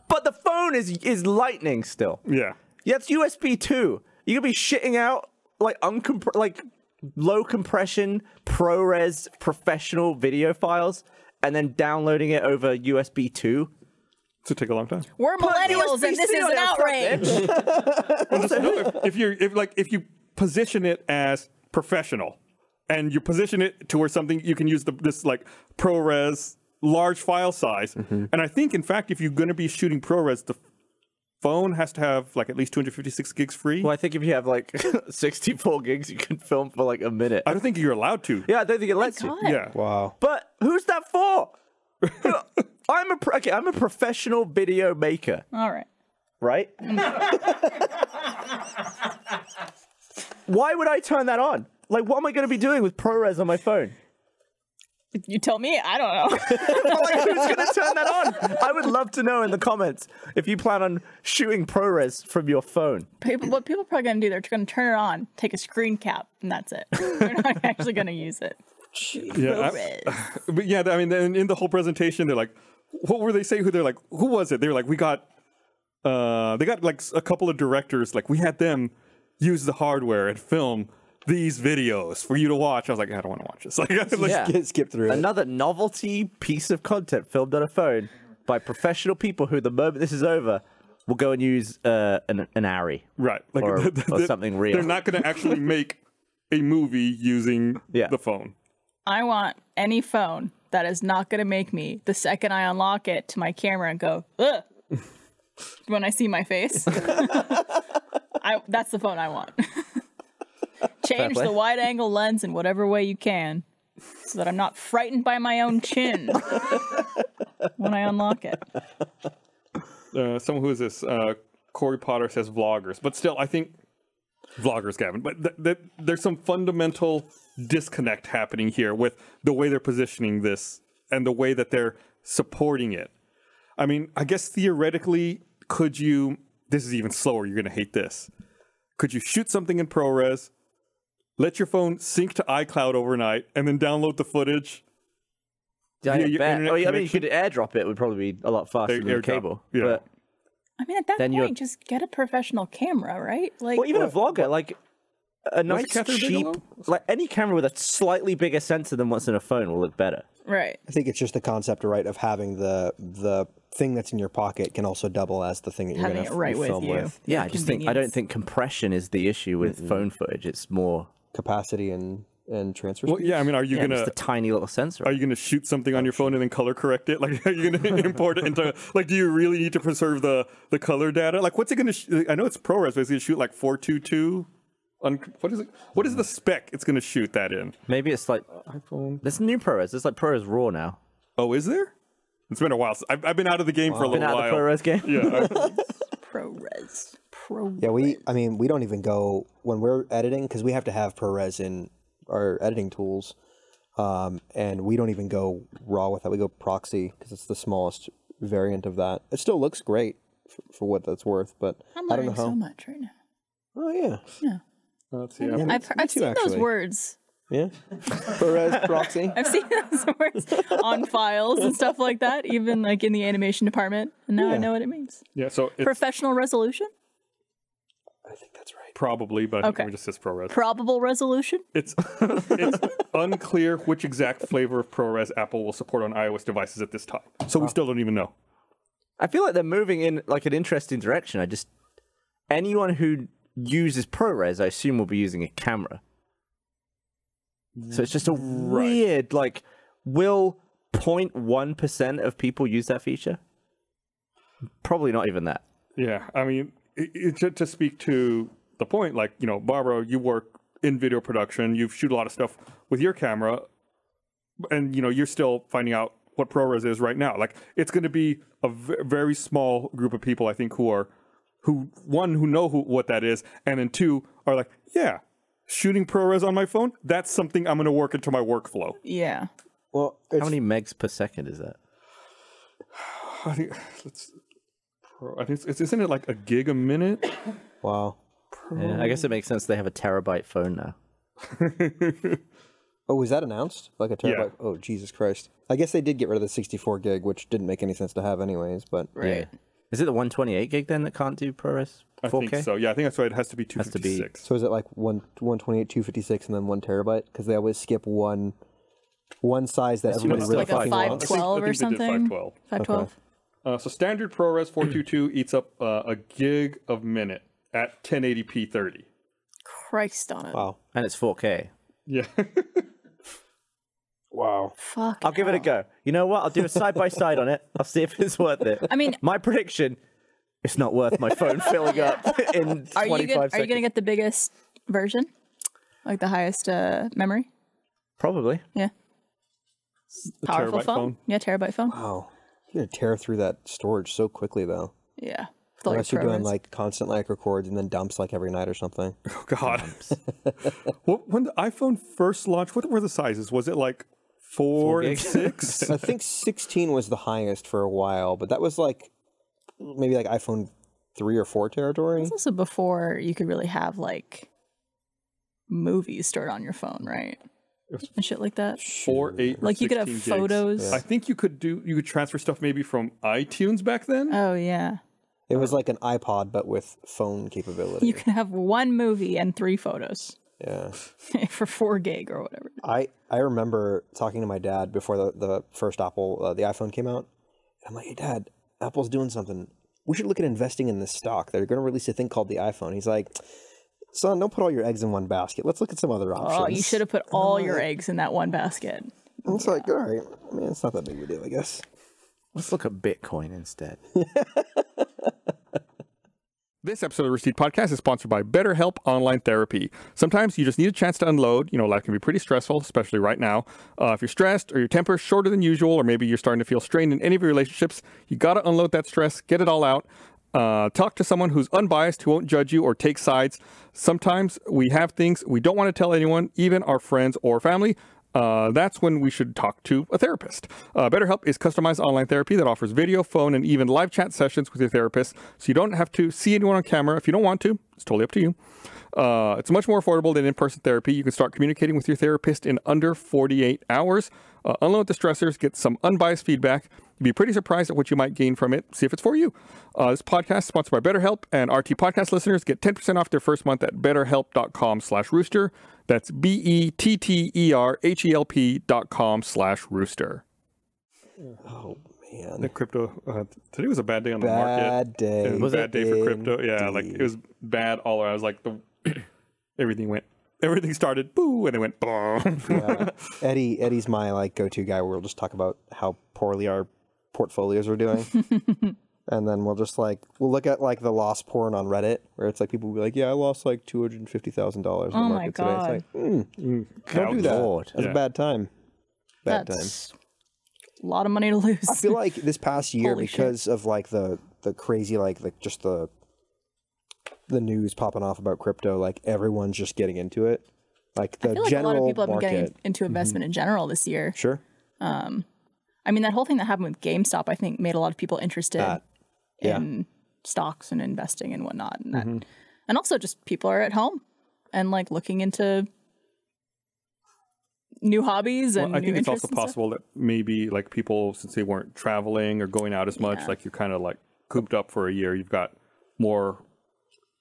B: But the phone is is lightning still.
H: Yeah.
B: Yeah, it's USB two. You could be shitting out like uncompr like low compression ProRes professional video files and then downloading it over USB two.
H: It's gonna take a long time.
D: We're millennials
B: USB-C
D: and this is
B: on
D: an
B: it, fuck
D: outrage.
H: if you if like if you position it as professional and you position it to where something you can use the, this like ProRes large file size. And I think in fact if you're going to be shooting ProRes the phone has to have like at least 256 gigs free.
B: Well, I think if you have like 64 gigs, you can film for like a minute.
H: I don't Oh think you're allowed to.
B: yeah, I don't think it lets you.
D: God.
H: Yeah.
C: Wow.
B: But who's that for? I'm a pro- okay. I'm a professional video maker,
D: All right.
B: right? Why would I turn that on? Like, what am I going to be doing with ProRes on my phone?
D: You tell me. I don't know.
B: Like, who's going to turn that on? I would love to know in the comments if you plan on shooting ProRes from your phone.
D: people, what people are probably going to do, they're going to turn it on, take a screen cap, and that's it. They're not actually going to use it.
H: Yeah, I- but yeah, I mean, then in the whole presentation, they're like, what were they saying? Who they're like, who was it? They're like, we got, uh, they got like s- a couple of directors, like we had them use the hardware and film these videos for you to watch. I was like, I don't want to watch this. Like, like-
B: Yeah.
C: Skip, skip through it.
B: another novelty piece of content filmed on a phone by professional people who, the moment this is over, will go and use uh, an, an Arri.
H: right, like
B: Or- or something real.
H: They're not going to actually make a movie using
B: Yeah.
H: the phone.
D: I want any phone that is not going to make me, the second I unlock it to my camera and go, ugh, when I see my face. I, that's the phone I want. Change
B: play.
D: the wide angle lens in whatever way you can so that I'm not frightened by my own chin when I unlock it.
H: Uh, someone who is this? Uh, Corey Potter says vloggers, but still, I think vloggers, Gavin. But th- th- there's some fundamental disconnect happening here with the way they're positioning this and the way that they're supporting it. I mean, I guess theoretically, could you? This is even slower. You're going to hate this. Could you shoot something in ProRes, let your phone sync to iCloud overnight, and then download the footage?
B: Yeah,
H: your
B: bet.
H: internet
B: I mean, I mean, you
H: connection?
B: could airdrop it. Would probably be a lot faster
H: Air-
B: than a
H: airdrop,
B: cable.
H: yeah.
B: But
D: I mean, at that
B: Then you're-
D: point, just get a professional camera, right? Like,
B: well, even a vlogger, like a nice
H: Catherine
B: cheap,
H: Bigelow?
B: like any camera with a slightly bigger sensor than what's in a phone will look better.
D: right.
C: I think it's just the concept, right, of having the the thing that's in your pocket can also double as the thing that you're
D: Having
C: going
D: it
C: to
D: right with
C: film
D: you.
C: with.
B: Yeah, I just think I don't
D: Convenience.
B: think compression is the issue with phone footage. It's more
C: Capacity and and transfer.
H: Well, yeah. I mean, are you
B: yeah,
H: going
B: just
H: to
B: a tiny little sensor.
H: Are you going to shoot something on your phone and then color correct it? Like, are you going to import it into? Like, do you really need to preserve the the color data? Like, what's it going to? Sh- I know it's ProRes, but it's going to shoot like four two two. On what is it? What is the spec it's going to shoot that in?
B: Maybe it's like There's new ProRes. It's like ProRes RAW now.
H: Oh, is there? It's been a while. s- I've, I've been out of the game for a
B: Been
H: little
B: out
H: while.
B: the ProRes game.
H: Yeah, I-
D: ProRes. Pro.
C: Yeah, we. I mean, we don't even go when we're editing because we have to have ProRes in our editing tools, um, and we don't even go raw with that. We go proxy because it's the smallest variant of that. It still looks great for, for what that's worth, but
I: I'm
C: I don't know
I: learning
C: how.
I: so much right now.
C: Oh yeah,
H: Let's see. I-
D: I've, I've
C: too,
D: seen those
C: actually.
D: words.
C: yeah. Perez proxy.
D: I've seen those words on files and stuff like that, even like in the animation department. And now I
C: Yeah.
D: know what it means.
H: Yeah, so it's
D: Professional resolution?
C: I think that's right.
H: probably, but I think
D: Okay.
H: it just says ProRes.
D: Probable resolution?
H: It's it's unclear which exact flavor of ProRes Apple will support on iOS devices at this time. So we still don't even know.
B: I feel like they're moving in like an interesting direction. I just anyone who uses ProRes, I assume, will be using a camera. So it's just a weird like. Will 0.1 percent of people use that feature? Probably not even that.
H: Yeah, I mean, it, it, to, to speak to the point, like you know, Barbara, you work in video production, you shoot a lot of stuff with your camera, and you know, you're still finding out what ProRes is right now. Like, it's going to be a v- very small group of people, I think, who are who one who know who, what that is, and then two are like, yeah, shooting ProRes on my phone. That's something I'm going to work into my workflow.
D: Yeah.
C: Well, it's,
B: How many megs per second is that?
H: I think let's. Pro, I think it's, isn't it like a gig a minute?
C: wow.
B: Yeah, I guess it makes sense they have a terabyte phone now.
C: Oh, was that announced? Like a terabyte? Oh, Jesus Christ! I guess they did get rid of the 64 gig, which didn't make any sense to have anyways. But
B: Right. Is it the 128 gig then that can't do ProRes 4K?
H: I think so. Yeah, I think that's right. It has to be two
B: Has to
H: fifty
B: be-
H: six.
C: So is it like one one twenty eight, two fifty six, and then one terabyte? Because they always skip one one size that everybody
B: it's
C: really
D: like a
C: fucking
D: five
C: wants.
D: twelve.
H: I think
D: or
H: they did
D: something?
H: 512.
D: 512.
H: Uh, so standard ProRes 422 eats up uh, a gig of minute at 1080p 30.
D: Christ on it.
C: Wow.
B: And it's 4K.
H: Yeah.
C: Wow.
D: Fuck.
B: I'll give it a go. You know what? I'll do a side by side on it. I'll see if it's worth it.
D: I mean-
B: my prediction: it's not worth my phone filling up in
D: Are
B: 25
D: you, gonna,
B: seconds.
D: are you gonna get the biggest version? Like the highest uh, memory?
B: Probably.
D: Yeah. Powerful
H: terabyte
D: phone?
H: phone?
D: Yeah, terabyte phone.
C: Wow. You're gonna tear through that storage so quickly though.
D: Yeah. With all your
C: Unless you're doing
D: programs.
C: like constant like records and then dumps like every night or something.
H: Oh, God. what, when the iPhone first launched, what were the sizes? Was it like four, and
B: gig.
H: six?
C: I think sixteen was the highest for a while, but that was like maybe like iPhone three or four territory.
D: It's also before you could really have like movies stored on your phone, right? And shit like that.
H: four, eight, or
D: Like you could have
H: 16 gigs.
D: photos.
H: I think you could do you could transfer stuff maybe from iTunes back then.
D: Oh yeah.
C: It was like an iPod but with phone capability.
D: You can have one movie and three photos
C: yeah.
D: for four gig or whatever.
C: I, I remember talking to my dad before the, the first Apple, uh, the iPhone came out. And I'm like, hey, dad, Apple's doing something. We should look at investing in this stock. They're going to release a thing called the iPhone. He's like, son, don't put all your eggs in one basket. Let's look at some other options.
D: Oh, you should have put all your eggs in that one basket.
C: And It's like, all right. I mean, it's not that big of a deal, I guess.
B: Let's look at Bitcoin instead.
H: This episode of the Receipt Podcast is sponsored by BetterHelp Online Therapy. Sometimes you just need a chance to unload. You know, life can be pretty stressful, especially right now. Uh, if you're stressed or your temper is shorter than usual, or maybe you're starting to feel strained in any of your relationships, you got to unload that stress, get it all out. Uh, talk to someone who's unbiased, who won't judge you or take sides. Sometimes we have things we don't want to tell anyone, even our friends or family. Uh, that's when we should talk to a therapist. Uh, BetterHelp is customized online therapy that offers video, phone, and even live chat sessions with your therapist, so you don't have to see anyone on camera. If you don't want to, it's totally up to you. Uh, it's much more affordable than in person therapy. You can start communicating with your therapist in under 48 hours, uh, unload the stressors, get some unbiased feedback. You'd be pretty surprised at what you might gain from it. See if it's for you. Uh, this podcast is sponsored by BetterHelp, and RT podcast listeners get 10% off their first month at betterhelp.com slash rooster. That's E B-E-T-T-E-R-H-E-L-P E dot com slash rooster.
C: Oh, man.
H: The crypto, uh, today was a bad day on the market.
C: Bad day.
H: It was, a bad day for crypto. Yeah, like
C: day.
H: it was bad all around. I was like, the, everything went, everything started boo, and it went boom.
C: Eddie, Eddie's my like go-to guy. Where we'll just talk about how poorly our portfolios are doing, and then we'll just like we'll look at like the lost porn on Reddit, where it's like people will be like, "Yeah, I lost like two hundred and fifty thousand dollars in the
D: Oh my
C: market today." It's
D: God.
C: like, mm, don't do that.
B: Lord.
C: That's
H: Yeah.
C: a bad time. Bad time.
D: That's a lot of money to lose.
C: I feel like this past year,
D: Holy shit.
C: because of like the the crazy like like just the the news popping off about crypto, like everyone's just getting into it. Like the
D: I feel like a
C: general
D: lot of people have been
C: market.
D: getting into investment in general this year.
C: Sure.
D: I mean, that whole thing that happened with GameStop, I think, made a lot of people interested
C: That. Yeah.
D: in stocks and investing and whatnot, and that, and also just people are at home and like looking into new hobbies and
H: Well, I
D: new
H: think it's also
D: interests and stuff.
H: possible that maybe like people, since they weren't traveling or going out as much, like you're kind of like cooped up for a year. You've got more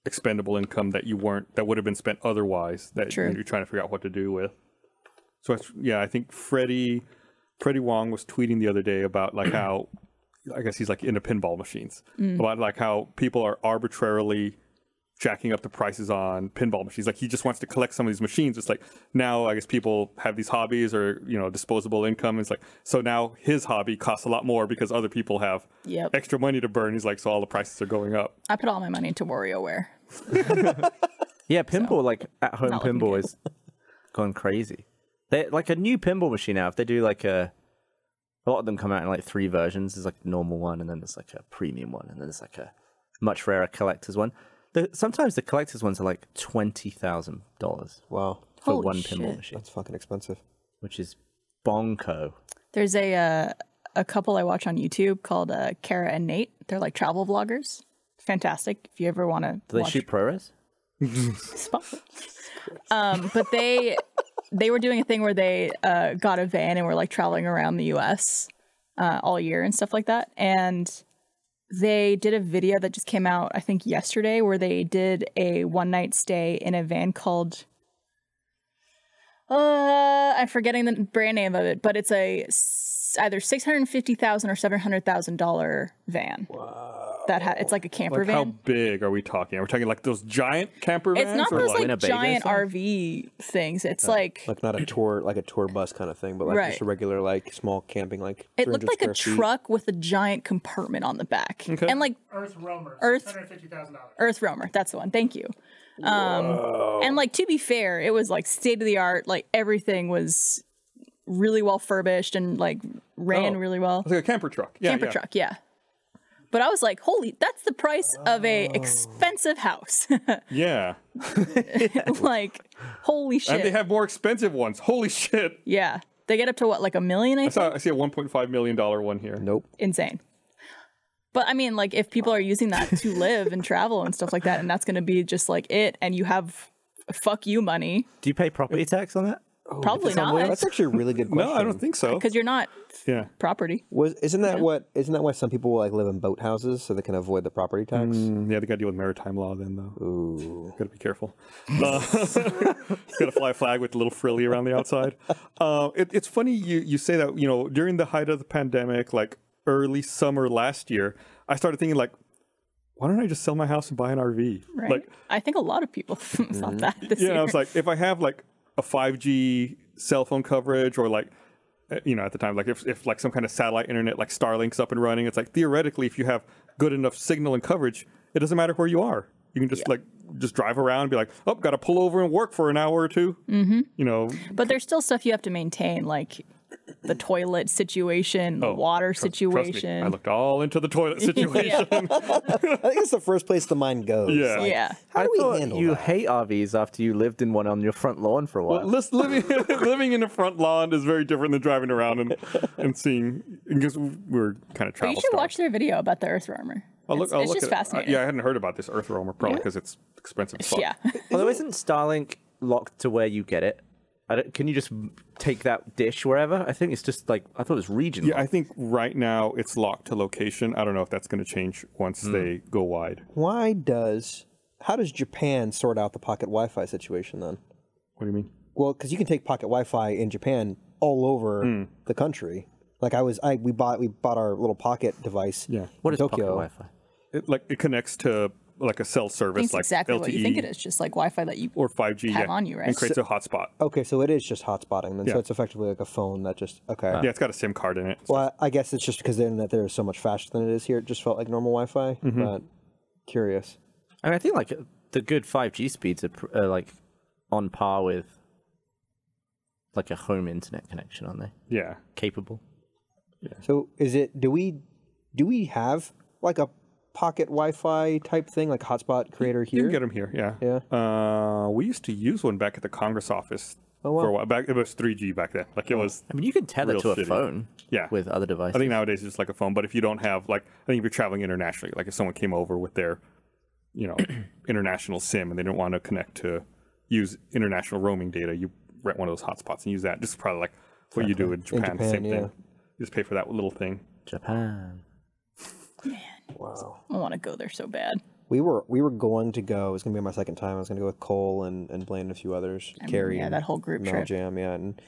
H: expendable income that you weren't that would have been spent otherwise. That
D: True.
H: you're trying to figure out what to do with. So it's, yeah, I think Freddie Freddie Wong was tweeting the other day about like how I guess he's like into pinball machines
D: Mm.
H: about like how people are arbitrarily jacking up the prices on pinball machines. Like he just wants to collect some of these machines. It's like now I guess people have these hobbies or you know disposable income. It's like so now his hobby costs a lot more because other people have
D: Yep.
H: extra money to burn. He's like so all the prices are going up.
D: I put all my money into WarioWare.
B: Yeah, pinball like at home
D: not looking
B: pinball
D: good.
B: is gone crazy. They like a new pinball machine now. If they do like a, a lot of them come out in like three versions. There's like a normal one, and then there's like a premium one, and then there's like a much rarer collector's one. The, sometimes the collector's ones are like twenty thousand dollars
C: Wow.
B: for
D: Holy
B: one
D: shit.
B: pinball machine,
C: That's fucking expensive.
B: which is bonko.
D: There's a uh, a couple I watch on YouTube called uh, Kara and Nate. They're like travel vloggers. Fantastic. If you ever want to
B: Do they
D: watch
B: shoot ProRes?
D: spot. Um, but they they were doing a thing where they uh, got a van and were like traveling around the U.S. Uh, all year and stuff like that. And they did a video that just came out, I think, yesterday, where they did a one night stay in a van called. Uh, I'm forgetting the brand name of it, but it's a s- either six hundred fifty thousand or seven hundred thousand dollar van. That ha- it's like a camper
H: Like
D: van.
H: how big are we talking? Are we talking like those giant camper vans?
D: It's not
H: or
D: those like,
B: Winnebago
D: giant
B: thing?
D: RV things. It's like,
C: Like not a tour, like a tour bus kind of thing, but like
D: Right.
C: just a regular, like small camping, like
D: it looked
C: 300
D: like
C: square
D: a
C: feet.
D: truck with a giant compartment on the back, and like
G: Earth Roamers.
D: Earth-
G: $150,000.
D: Earth Roamer. That's the one. Thank you. Um, and like to be fair, it was like state of the art. Like everything was really well furbished and like ran
H: Oh.
D: really well.
H: It's like a camper truck. Yeah,
D: Camper
H: yeah.
D: truck, yeah. But I was like, holy, that's the price of a
H: Oh.
D: expensive house.
H: Yeah,
D: like, holy shit.
H: and they have more expensive ones. Holy shit!
D: yeah. They get up to what, like a million, I
H: I
D: think?
H: saw I see a 1.5 million dollar one here.
C: Nope.
D: insane. But I mean, like, if people are using that to live and travel and stuff like that, and that's going to be just like it, and you have fuck you money,
B: Do you pay property tax on that?
H: Oh,
D: probably not
C: That's actually a really good question.
H: No, I don't think so.
D: because you're not
H: Yeah.
D: property.
C: Was isn't that what isn't that why some people like live in boathouses so they can avoid the property tax?
H: Mm, yeah, they got to deal with maritime law then, though. Ooh. Got to be careful. Uh, got to fly a flag with a little frilly around the outside. Uh, it, it's funny you, you say that, you know, during the height of the pandemic, like early summer last year, I started thinking, like, why don't I just sell my house and buy an RV?
D: Right.
H: Like, Mm-hmm.
D: I think a lot of people thought that this
H: yeah,
D: year.
H: I was like, if I have like a 5G cell phone coverage or like, uh, you know, at the time, like if, if like some kind of satellite internet like Starlink's up and running, it's like theoretically, if you have good enough signal and coverage, it doesn't matter where you are. You can just like just drive around and be like, oh, got to pull over and work for an hour or 2 Mm-hmm. You know,
D: but there's still stuff you have to maintain, like the toilet situation, the
H: oh,
D: water
H: tr- trust me,
D: situation.
H: I looked all into the toilet situation.
C: I think it's the first place the mind goes.
H: Yeah.
C: Like,
D: Yeah.
C: How
B: I
C: do we
B: thought
C: handle
B: you
C: that?
B: hate RVs after you lived in one on your front lawn for a while.
H: Well, lis- living living in the front lawn is very different than driving around and, and seeing because we're kind of
D: But you
H: travel.
D: should
H: starved.
D: watch their video about the Earth Roamer.
H: I'll Oh, look,
D: it's
H: I'll
D: it's
H: look
D: just
H: at it. I-
D: fascinating.
H: yeah, I hadn't heard about this Earth Roamer, probably because it's expensive as fuck.
D: yeah.
B: Although isn't Starlink locked to where you get it? I don't, can you just take that dish wherever? I think it's just like I thought it was regional.
H: Yeah, I think right now it's locked to location. I don't know if that's going to change once they go wide.
C: Why does how does Japan sort out the pocket Wi-Fi situation then?
H: What do you mean?
C: Well, because you can take pocket Wi-Fi in Japan all over the country. Like I was, I we bought we bought our little pocket device. Yeah.
B: what is
C: Tokyo?
B: pocket Wi-Fi?
H: It, like it connects to like a cell service,
D: It's
H: like E.
D: exactly
H: LTE
D: what you think it is, just like Wi Fi that you
H: or 5G.
D: have
H: yeah,
D: on you, right?
H: And creates a hotspot.
C: Okay, so it is just hotspotting then.
H: Yeah.
C: So it's effectively like a phone that just okay.
H: Yeah, it's got a SIM card in it.
C: Well, I I guess it's just because the internet there is so much faster than it is here. It just felt like normal Wi-Fi.
H: Mm-hmm.
C: But curious.
B: I mean, I think like the good five G speeds are, pr- are like on par with like a home internet connection, aren't they?
H: yeah.
B: Capable.
C: So is it? Do we do we have like a pocket Wi-Fi type thing, like hotspot creator
H: You
C: here?
H: can get them here. Yeah. Yeah. Uh, we used to use one back at the Congress office
C: Oh, wow.
H: for a while. Back it was 3G back then. Like it was.
B: I mean, you can tether
H: Real
B: to a
H: shitty.
B: phone.
H: Yeah.
B: With other
H: I
B: devices.
H: think nowadays it's just like a phone. But if you don't have like, I think if you're traveling internationally, like if someone came over with their, you know, international SIM and they didn't want to connect to use international roaming data, you rent one of those hotspots and use that. Just probably like what you do in Japan,
C: Japan,
H: same
C: yeah.
H: thing. You just pay for that little thing.
B: Japan.
C: Wow.
D: I want to go there so bad.
C: We were we were going to go. It was gonna be my second time. I was gonna go with Cole and and Blaine and a few others. Carrie.
D: yeah,
C: and
D: that whole group
C: Mel
D: trip.
C: Jam. Yeah, and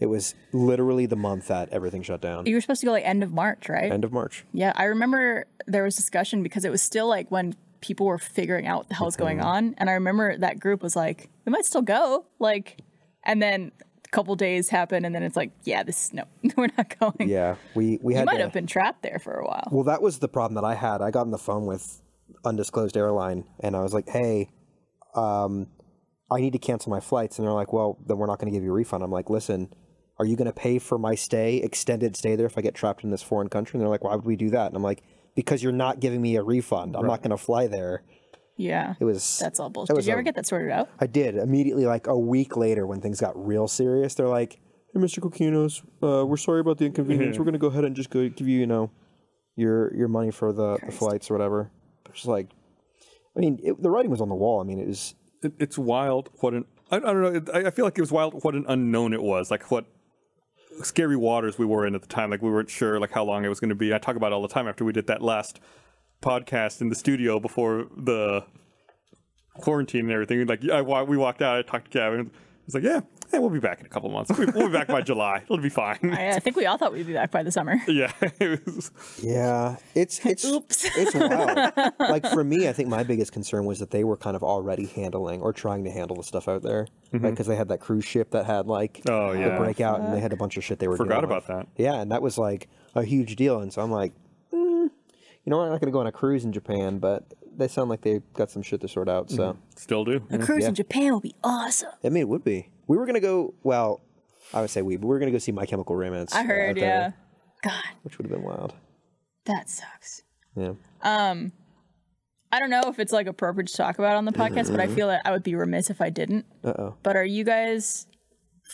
C: it was literally the month that everything shut down.
D: You were supposed to go like end of March, right?
C: End of March.
D: Yeah, I remember there was discussion because it was still like when people were figuring out what the hell's going on, and I remember that group was like, "We might still go," like, and then a couple days happen, and then it's like, "Yeah, this no, we're not going."
C: Yeah, we we had.
D: you might
C: to-
D: have been trapped there for a while.
C: Well, that was the problem that I had. I got on the phone with undisclosed airline, and I was like, "Hey, um, I need to cancel my flights," and they're like, "Well, then we're not going to give you a refund." I'm like, "Listen, are you going to pay for my stay, extended stay there, if I get trapped in this foreign country?" And they're like, "Why would we do that?" And I'm like, "Because you're not giving me a refund. I'm not going to fly there."
D: Yeah,
C: It was
D: that's all bullshit.
C: that
D: Did
C: was
D: you ever
C: a-
D: get that sorted out?
C: I did immediately, like a week later, when things got real serious. They're like, "Hey, Mr. Coquinos, uh, we're sorry about the inconvenience. We're gonna go ahead and just go give you, you know, your your money for the, the flights or whatever." It's Just like, I mean, it, the writing was on the wall. I mean, it was
H: It, it's wild. What an I, I don't know. It, I, I feel like it was wild. What an unknown it was. Like what scary waters we were in at the time. Like we weren't sure like how long it was going to be. I talk about it all the time after we did that last podcast in the studio before the quarantine and everything. Like I, wa- we walked out. I talked to Gavin. It's like, yeah, yeah, we'll be back in a couple months. We- We'll be back by July. It'll be fine.
D: I, I think we all thought we'd be back by the summer.
H: Yeah, it was-
C: Yeah, it's it's
D: Oops.
C: it's wild. like for me, I think my biggest concern was that they were kind of already handling or trying to handle the stuff out there, because they had that cruise ship that had like
H: Mm-hmm. Oh,
C: the
H: yeah.
C: breakout, and they had a bunch of shit they were
H: Forgot
C: dealing with.
H: about that.
C: Yeah, and that was like a huge deal, and so I'm like, mm, you know, what? I'm not going to go on a cruise in Japan, but they sound like they got some shit to sort out, so
H: still do.
J: A cruise in Japan will be awesome.
C: I mean, it would be. We were going to go. Well, I would say we, but we were going to go see My Chemical Romance.
D: I
C: uh,
D: heard,
C: out there,
D: yeah. God,
C: which would have been wild.
D: that sucks. Um,
C: Yeah.
D: I don't know if it's like appropriate to talk about on the podcast, but I feel that I would be remiss if I didn't.
C: Mm-hmm, Uh-oh.
D: But are you guys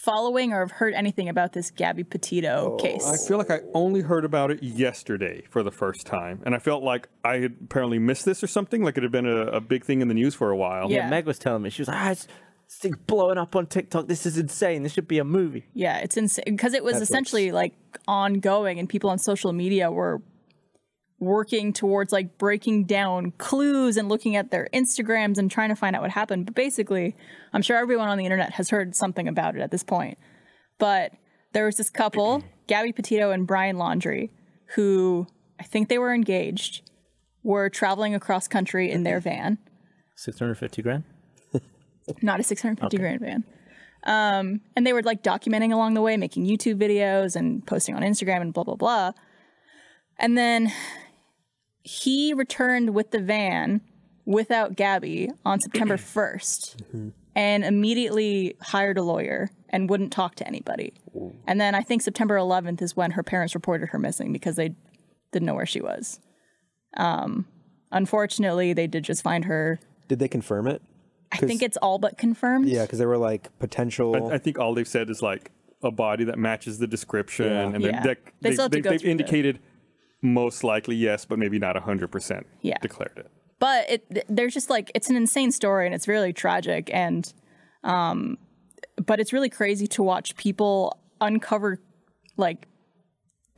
D: following or have heard anything about this Gabby Petito
H: I
D: case?
H: feel like I only heard about it yesterday for the first time, and I felt like I had apparently missed this or something. Like it had been a, a big thing in the news for a while.
D: Yeah.
B: Meg was telling me, she was like, ah, it's, this thing's blowing up on TikTok. This is insane. This should be a movie.
D: Yeah, it's insane because it was essentially like ongoing, and people on social media were working towards like breaking down clues and looking at their Instagrams and trying to find out what happened. But basically, I'm sure everyone on the internet has heard something about it at this point. But there was this couple, Gabby Petito and Brian Laundry, who I think they were engaged, were traveling across country in their van
B: 650 grand?
D: not a 650 grand van. Um, and they were like documenting along the way, making YouTube videos and posting on Instagram and blah, blah, blah. And then he returned with the van without Gabby on September 1st and immediately hired a lawyer and wouldn't talk to anybody. And then I think September 11th is when her parents reported her missing because they didn't know where she was. Um, unfortunately, they did just find her.
C: Did they confirm it?
D: I think it's all but confirmed.
C: Yeah, because they were like
H: I,
C: potential.
H: I think all they've said is like a body that matches the description, and
D: Yeah.
H: they,
D: They
H: they,
D: still have to
H: they,
D: go
H: have
D: through the-
H: indicated most likely yes, but maybe not hundred percent.
D: Yeah.
H: declared it.
D: but it th- there's just like it's an insane story and it's really tragic and um but it's really crazy to watch people uncover like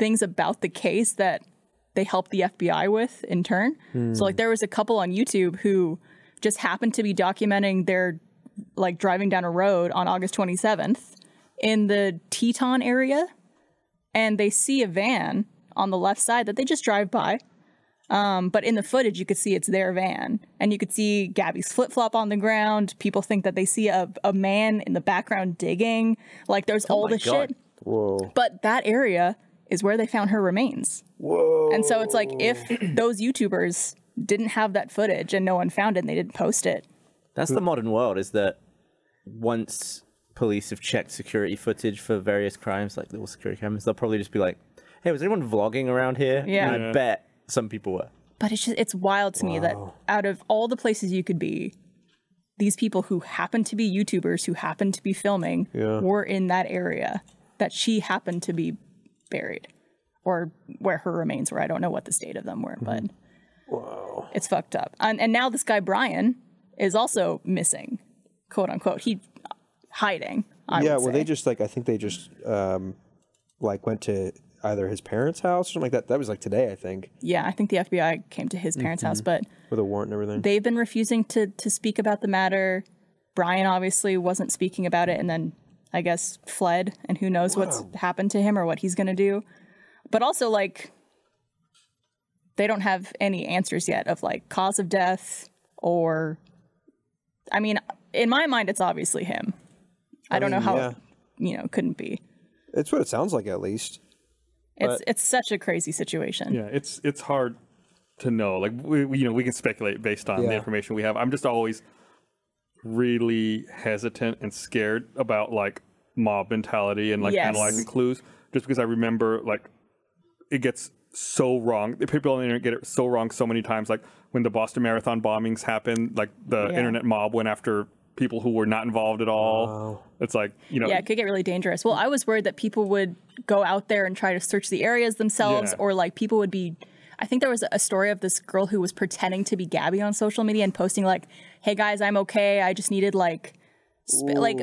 D: things about the case that they helped the FBI with in turn. So like there was a couple on YouTube who just happened to be documenting their like driving down a road on August 27th in the Teton area and they see a van on the left side that they just drive by but in the footage you could see it's their van and you could see gabby's flip-flop on the ground people think that they see a, a man in the background digging like there's
B: Oh
D: all
B: my
D: this
B: God.
D: shit but that area is where they found her remains whoa and so it's like if those youtubers didn't have that footage and no one found it and they didn't post it
B: That's the modern world, is that once police have checked security footage for various crimes, like little security cameras, they'll probably just be like, hey, was anyone vlogging around here?
D: Yeah.
B: And I bet some people were.
D: but it's just it's wild to me that out of all the places you could be these people who happen to be YouTubers who happen to be filming were in that area that she happened to be buried or where her remains were. I don't know what the state of them
C: Mm-hmm.
D: were, but it's fucked up. And, and now this guy Brian is also missing, quote unquote. He hiding. I
C: yeah,
D: would
C: well,
D: say.
C: they just like I think they just um, like went to either his parents' house or something like that. That was like today, I think,
D: yeah. I think the FBI came to his parents' house, but
C: with a warrant and everything.
D: they've been refusing to to speak about the matter. Brian obviously wasn't speaking about it, and then I guess fled, and who knows what's happened to him or what he's gonna do. But also, like, they don't have any answers yet of like cause of death or, I mean, in my mind, it's obviously him. I, don't know how
C: yeah.
D: it, you know couldn't be.
C: It's what it sounds like, at least.
D: It's it's such a crazy situation.
H: Yeah, it's it's hard to know. Like we, we- you know, we can speculate based on the
C: Yeah.
H: information we have. I'm just always really hesitant and scared about like mob mentality and like
D: Yes.
H: analyzing clues, just because I remember like it gets so wrong. The People on the internet get it so wrong so many times. Like when the Boston Marathon bombings happened, like the
D: Yeah.
H: internet mob went after people who were not involved at all. It's like you know,
D: Yeah, it could get really dangerous. Well, I was worried that people would go out there and try to search the areas themselves,
H: Yeah.
D: or like people would be. I think there was a story of this girl who was pretending to be Gabby on social media and posting like, "Hey guys, I'm okay. I just needed like, sp- like."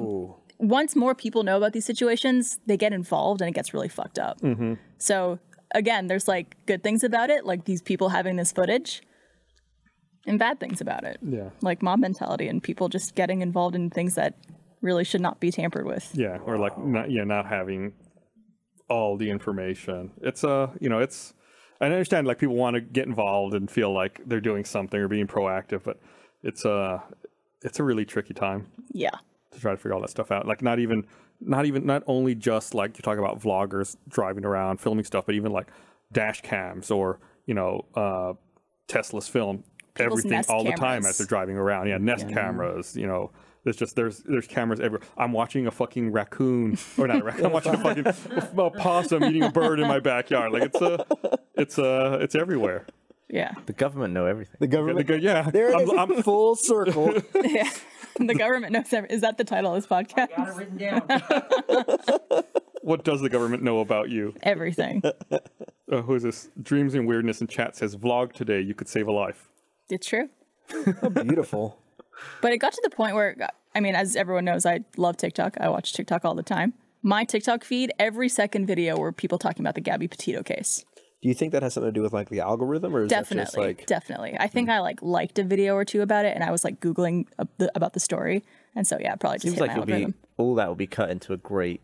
D: Once more people know about these situations, they get involved and it gets really fucked up.
H: Mm-hmm.
D: So again, there's like good things about it, like these people having this footage, and bad things about it. Yeah, like mob mentality and people just getting involved in things that really should not be tampered with.
H: Yeah, or like not yeah, not having all the information. It's uh, you know, it's I understand like people want to get involved and feel like they're doing something or being proactive, but it's uh it's a really tricky time
D: Yeah.
H: to try to figure all that stuff out. Like not even not even not only just like you talk about vloggers driving around filming stuff, but even like dash cams or, you know, uh Tesla's film everything
D: Nest
H: all the time
D: cameras.
H: as they're driving around. Yeah, Nest cameras, you know. There's just there's there's cameras everywhere. I'm watching a fucking raccoon or not a raccoon. I'm watching a fucking a possum eating a bird in my backyard. Like it's a it's a it's everywhere.
D: Yeah.
B: The government know everything.
C: The government.
H: Like, yeah,
C: there it
H: I'm,
C: is,
H: I'm
C: full circle.
D: the government knows every- Is that the title of this podcast?
G: Got it written down.
H: Uh, what does the government know about you?
D: Everything.
H: Uh, who is this? Dreams and weirdness in chat says vlog today. You could save a life.
D: It's true.
C: Beautiful.
D: But it got to the point where, it got- I mean, as everyone knows, I love TikTok. I watch TikTok all the time. My TikTok feed, every second video were people talking about the Gabby Petito case.
C: Do you think that has something to do with like the algorithm, or is
D: Definitely,
C: that just like
D: definitely. I
B: Hmm.
D: think I like liked a video or two about it, and I was like googling ab- the- about the story, and so yeah, it probably just
B: Seems
D: hit
B: like
D: my
B: it'll be
D: algorithm.
B: all that will be cut into a great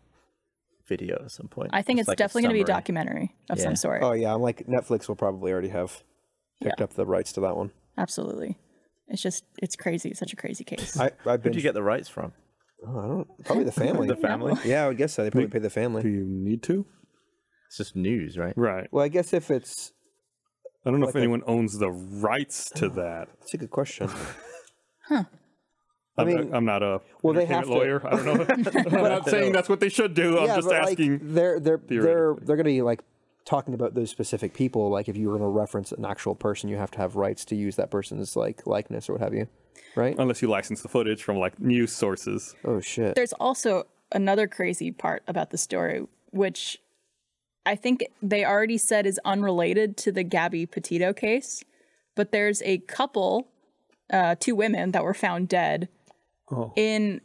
B: video at some point.
D: I think
B: Just
D: it's
B: like a
D: definitely going to be a
B: summary.
D: documentary of
B: Yeah.
D: some sort.
C: Oh yeah, I'm like Netflix will probably already have picked up the rights to that one.
D: Absolutely. It's just, it's crazy. It's such a crazy case.
C: I I've
B: Who
C: been
B: do you get the rights from?
C: probably the family.
B: The family.
C: yeah, I would guess so. They probably pay the family.
H: you need to?
B: It's just news, right?
H: Right.
C: Well, I guess if it's
H: I don't know if anyone owns the rights to that.
C: that's a good question.
H: I am
C: mean-
H: I'm not a
C: Well, they
H: entertainment
C: have to-
H: lawyer. I don't know. I'm not saying that's what they should do. I'm just
C: but
H: asking.
C: like they're they're they're
H: theoretically.
C: they're going to be like talking about those specific people. Like if you were going to reference an actual person, you have to have rights to use that person's like likeness or what have you, right?
H: Unless you license the footage from like news sources.
C: oh shit.
D: there's also another crazy part about the story, which I think they already said is unrelated to the Gabby Petito case, but there's a couple, uh, two women that were found dead in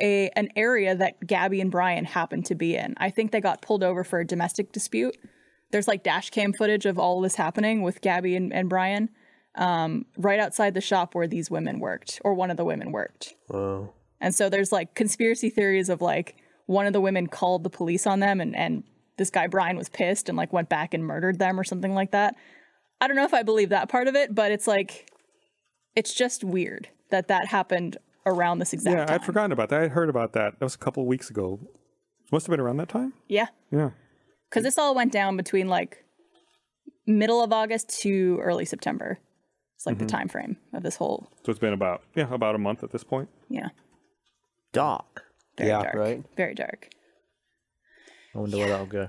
D: a an area that Gabby and Brian happened to be in. I think they got pulled over for a domestic dispute. There's like dash cam footage of all this happening with Gabby and, and Brian um, right outside the shop where these women worked, or one of the women worked. And so there's like conspiracy theories of like one of the women called the police on them and and this guy Brian was pissed and like went back and murdered them or something like that. I don't know if I believe that part of it, but it's like it's just weird that that happened around this exact
H: Yeah,
D: time.
H: I'd forgotten about that. I heard about that. That was a couple of weeks ago. Must have been around that time.
D: Yeah.
H: Yeah.
D: Cuz this all went down between like middle of August to early September. It's like the
C: Mm-hmm.
D: time frame of this whole
H: So it's been about yeah about a month at this point.
D: yeah.
B: Dark.
D: Very
C: Yeah,
D: dark.
C: right.
D: Very dark.
B: I wonder where that'll go.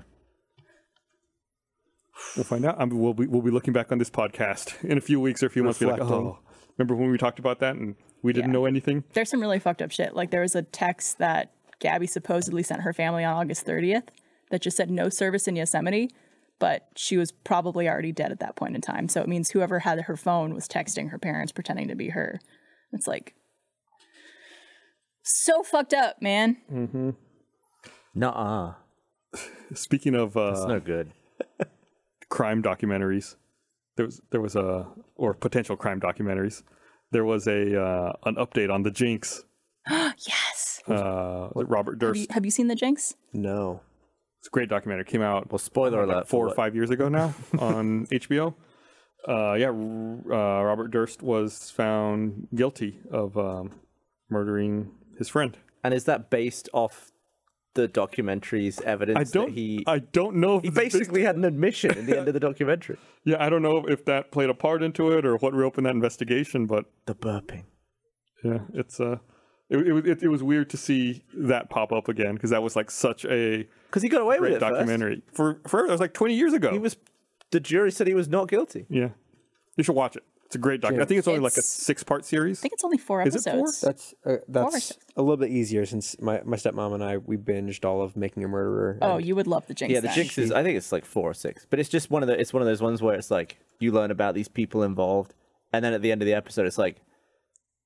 H: We'll find out. I mean, we'll be we'll be looking back on this podcast in a few weeks or a few months. Be like,
C: Reflecting.
H: oh, Remember when we talked about that and we didn't
D: Yeah.
H: know anything?
D: There's some really fucked up shit. Like there was a text that Gabby supposedly sent her family on August 30th that just said no service in Yosemite, but she was probably already dead at that point in time. So it means whoever had her phone was texting her parents pretending to be her. It's like so fucked up, man.
B: Nuh-uh.
H: Speaking of uh,
B: It's no good.
H: crime documentaries. There was there was a or potential crime documentaries. There was a uh, an update on the Jinx.
D: Yes.
H: Uh, Robert
D: Have
H: Durst.
D: you, have you seen the Jinx?
C: No.
H: It's a great documentary. Came out
B: Well, spoiler
H: like,
B: alert.
H: four
B: for
H: or
B: what-
H: five years ago now on HBO. Uh, yeah, r- uh, Robert Durst was found guilty of um, murdering his friend.
B: And is that based off the documentary's evidence
H: I don't.
B: that he
H: I don't know. If
B: he
H: it's based-
B: basically had an admission in the end of the documentary?
H: yeah, I don't know if that played a part into it or what reopened that investigation, but
B: The burping.
H: Yeah, it's uh, it it, was- it, it was weird to see that pop up again because that was like such a
B: Because he got away with
H: great
B: it documentary.
H: documentary for forever. That was like twenty years ago.
B: He was. The jury said he was not guilty.
H: yeah, you should watch it. It's a great documentary. I think it's only like a
D: It's-
H: six part series.
D: I think it's only four
H: Is it
D: episodes.
H: four?
C: That's uh, that's
D: six.
C: a little bit easier since my, my stepmom and I we binged all of Making a Murderer.
D: Oh,
C: and-
D: you would love the Jinx.
B: Yeah, the
D: then.
B: jinx is. I think it's like four or six, but it's just one of the. It's one of those ones where it's like you learn about these people involved, and then at the end of the episode, it's like,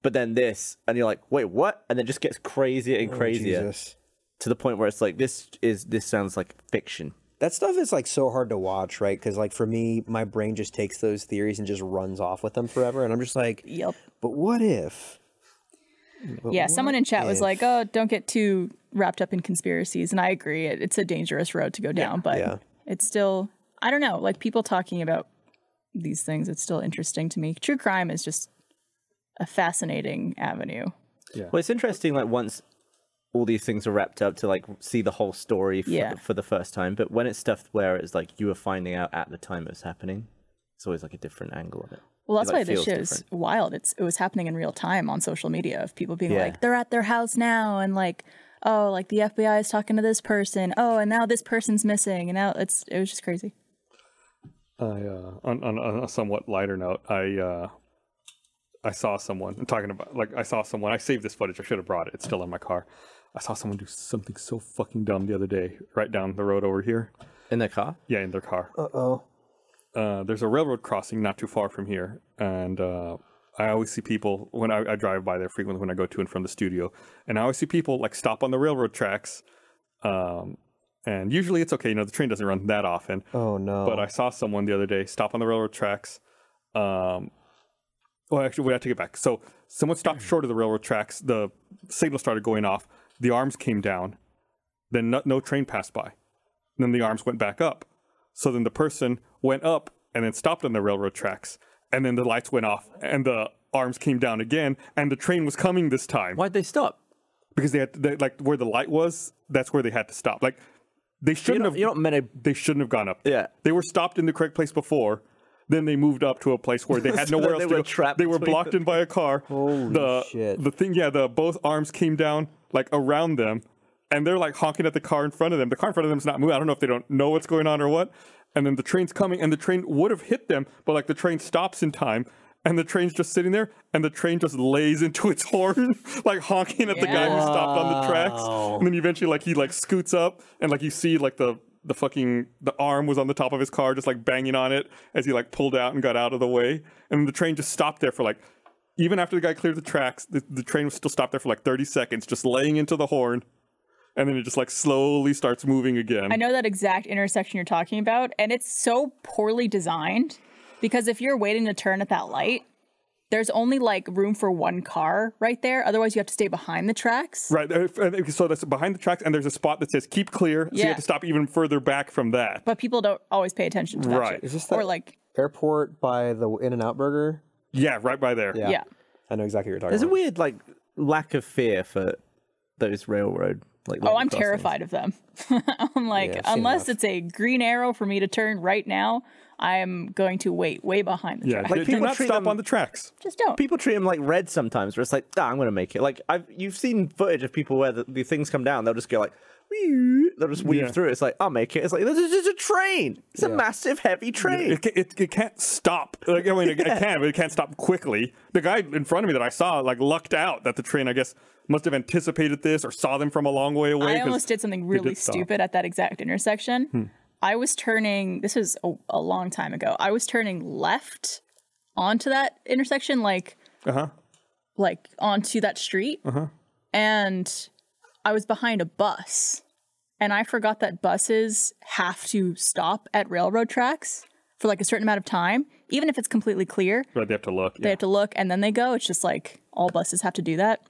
B: but then this, and you're like, wait, what? And then it just gets crazier and crazier
C: Jesus.
B: to the point where it's like, this is this sounds like fiction.
C: That stuff is like so hard to watch, right? Because like for me, my brain just takes those theories and just runs off with them forever, and I'm just like,
D: Yep.
C: but what if?
D: Yeah, someone in chat was
C: if-
D: like, "Oh, don't get too wrapped up in conspiracies," and I agree. It, it's a dangerous road to go down, but
C: Yeah.
D: it's still I don't know. Like people talking about these things, it's still interesting to me. True crime is just a fascinating avenue.
B: Well, it's interesting, like once all these things are wrapped up to like see the whole story for,
D: Yeah.
B: for the first time. But when it's stuff where it's like you were finding out at the time it was happening, it's always like a different angle of it.
D: Well, that's
B: like,
D: why this
B: feels
D: shit is
B: different.
D: wild. It's it was happening in real time on social media of people being
B: Yeah.
D: like, "They're at their house now," and like, "Oh, like the FBI is talking to this person." Oh, and now this person's missing, and now it's it was just crazy.
H: I uh, on, on on a somewhat lighter note, I uh, I saw someone. I'm talking about like I saw someone. I saved this footage. I should have brought it. It's still in my car. I saw someone do something so fucking dumb the other day, right down the road over here.
B: In the car,
H: Yeah, in their car. Uh oh. Uh, there's a railroad crossing not too far from here, and uh, I always see people when I, I drive by there frequently when I go to and from the studio, and I always see people like stop on the railroad tracks, um, and usually it's okay. You know, the train doesn't run that often,
C: Oh no!
H: but I saw someone the other day stop on the railroad tracks. Um, well, actually, wait, I take it back. So someone stopped short of the railroad tracks. The signal started going off. The arms came down. Then no, no train passed by. Then the arms went back up. So then the person went up and then stopped on the railroad tracks. And then the lights went off and the arms came down again. And the train was coming this time
B: why'd they stop?
H: because they had they, like where the light was. That's where they had to stop. Like they
B: You're
H: shouldn't
B: not,
H: have
B: you're not meant to
H: they shouldn't have gone up.
B: Yeah.
H: They were stopped in the correct place before. Then they moved up to a place where they had
B: So
H: nowhere
B: they
H: else
B: were
H: to go.
B: trapped
H: they were
B: between
H: blocked
B: the-
H: in by a car.
C: Holy
H: the,
C: shit.
H: The thing, yeah, the both arms came down like around them, and they're like honking at the car in front of them. The car in front of them's not moving. I don't know if they don't know what's going on or what. And then the train's coming, and the train would have hit them, but like the train stops in time, and the train's just sitting there, and the train just lays into its horn, like honking at the guy who stopped on the tracks. And then eventually, like he like scoots up, and like you see like the the fucking the arm was on the top of his car, just like banging on it as he like pulled out and got out of the way. And the train just stopped there for like even after the guy cleared the tracks, the, the train was still stopped there for like 30 seconds, just laying into the horn. And then it just like slowly starts moving again.
D: I know that exact intersection you're talking about, and it's so poorly designed because if you're waiting to turn at that light, there's only like room for one car right there. Otherwise, you have to stay behind the tracks.
H: Right. there- and So that's behind the tracks, and there's a spot that says keep clear. So you
D: Yeah.
H: have to stop even further back from that.
D: But people don't always pay attention to that.
H: Right.
D: shit.
H: Is
C: this
D: or
C: that-
D: like,
C: airport by the In and Out Burger.
H: yeah, right by there.
D: yeah.
C: I know exactly what you're talking
B: There's a
C: about.
B: weird like lack of fear for those railroad like.
D: Oh,
B: level
D: I'm
B: crossings.
D: terrified of them. I'm like,
C: Yeah, I've seen
D: unless
C: enough.
D: it's a green arrow for me to turn right now, I'm going to wait way behind the
H: Yeah.
D: track.
H: do- do
B: people
H: not
B: treat
H: stop
B: them-
H: on the tracks.
D: Just don't.
B: People treat them like red sometimes, where it's like, ah, I'm gonna make it. Like I've you've seen footage of people where the, the things come down, they'll just go like, They'll just weave
H: Yeah.
B: through it. It's like, I'll make it. It's like, this is just a train. It's a
C: Yeah.
B: massive, heavy train.
H: It, ca- it, it can't stop. Like, I mean, it, it can, but it can't stop quickly. The guy in front of me that I saw, like, lucked out that the train, I guess, must have anticipated this or saw them from a long way away.
D: I
H: 'cause
D: almost did something
H: it did
D: really
H: stop. Hmm.
D: stupid at that exact intersection. I was turning, this was a, a long time ago, I was turning left onto that intersection, like,
H: Uh-huh.
D: like onto that street. And I was behind a bus. And I forgot that buses have to stop at railroad tracks for like a certain amount of time, even if it's completely clear
H: Right, they have to look.
D: they
H: Yeah.
D: have to look and then they go. It's just like all buses have to do that.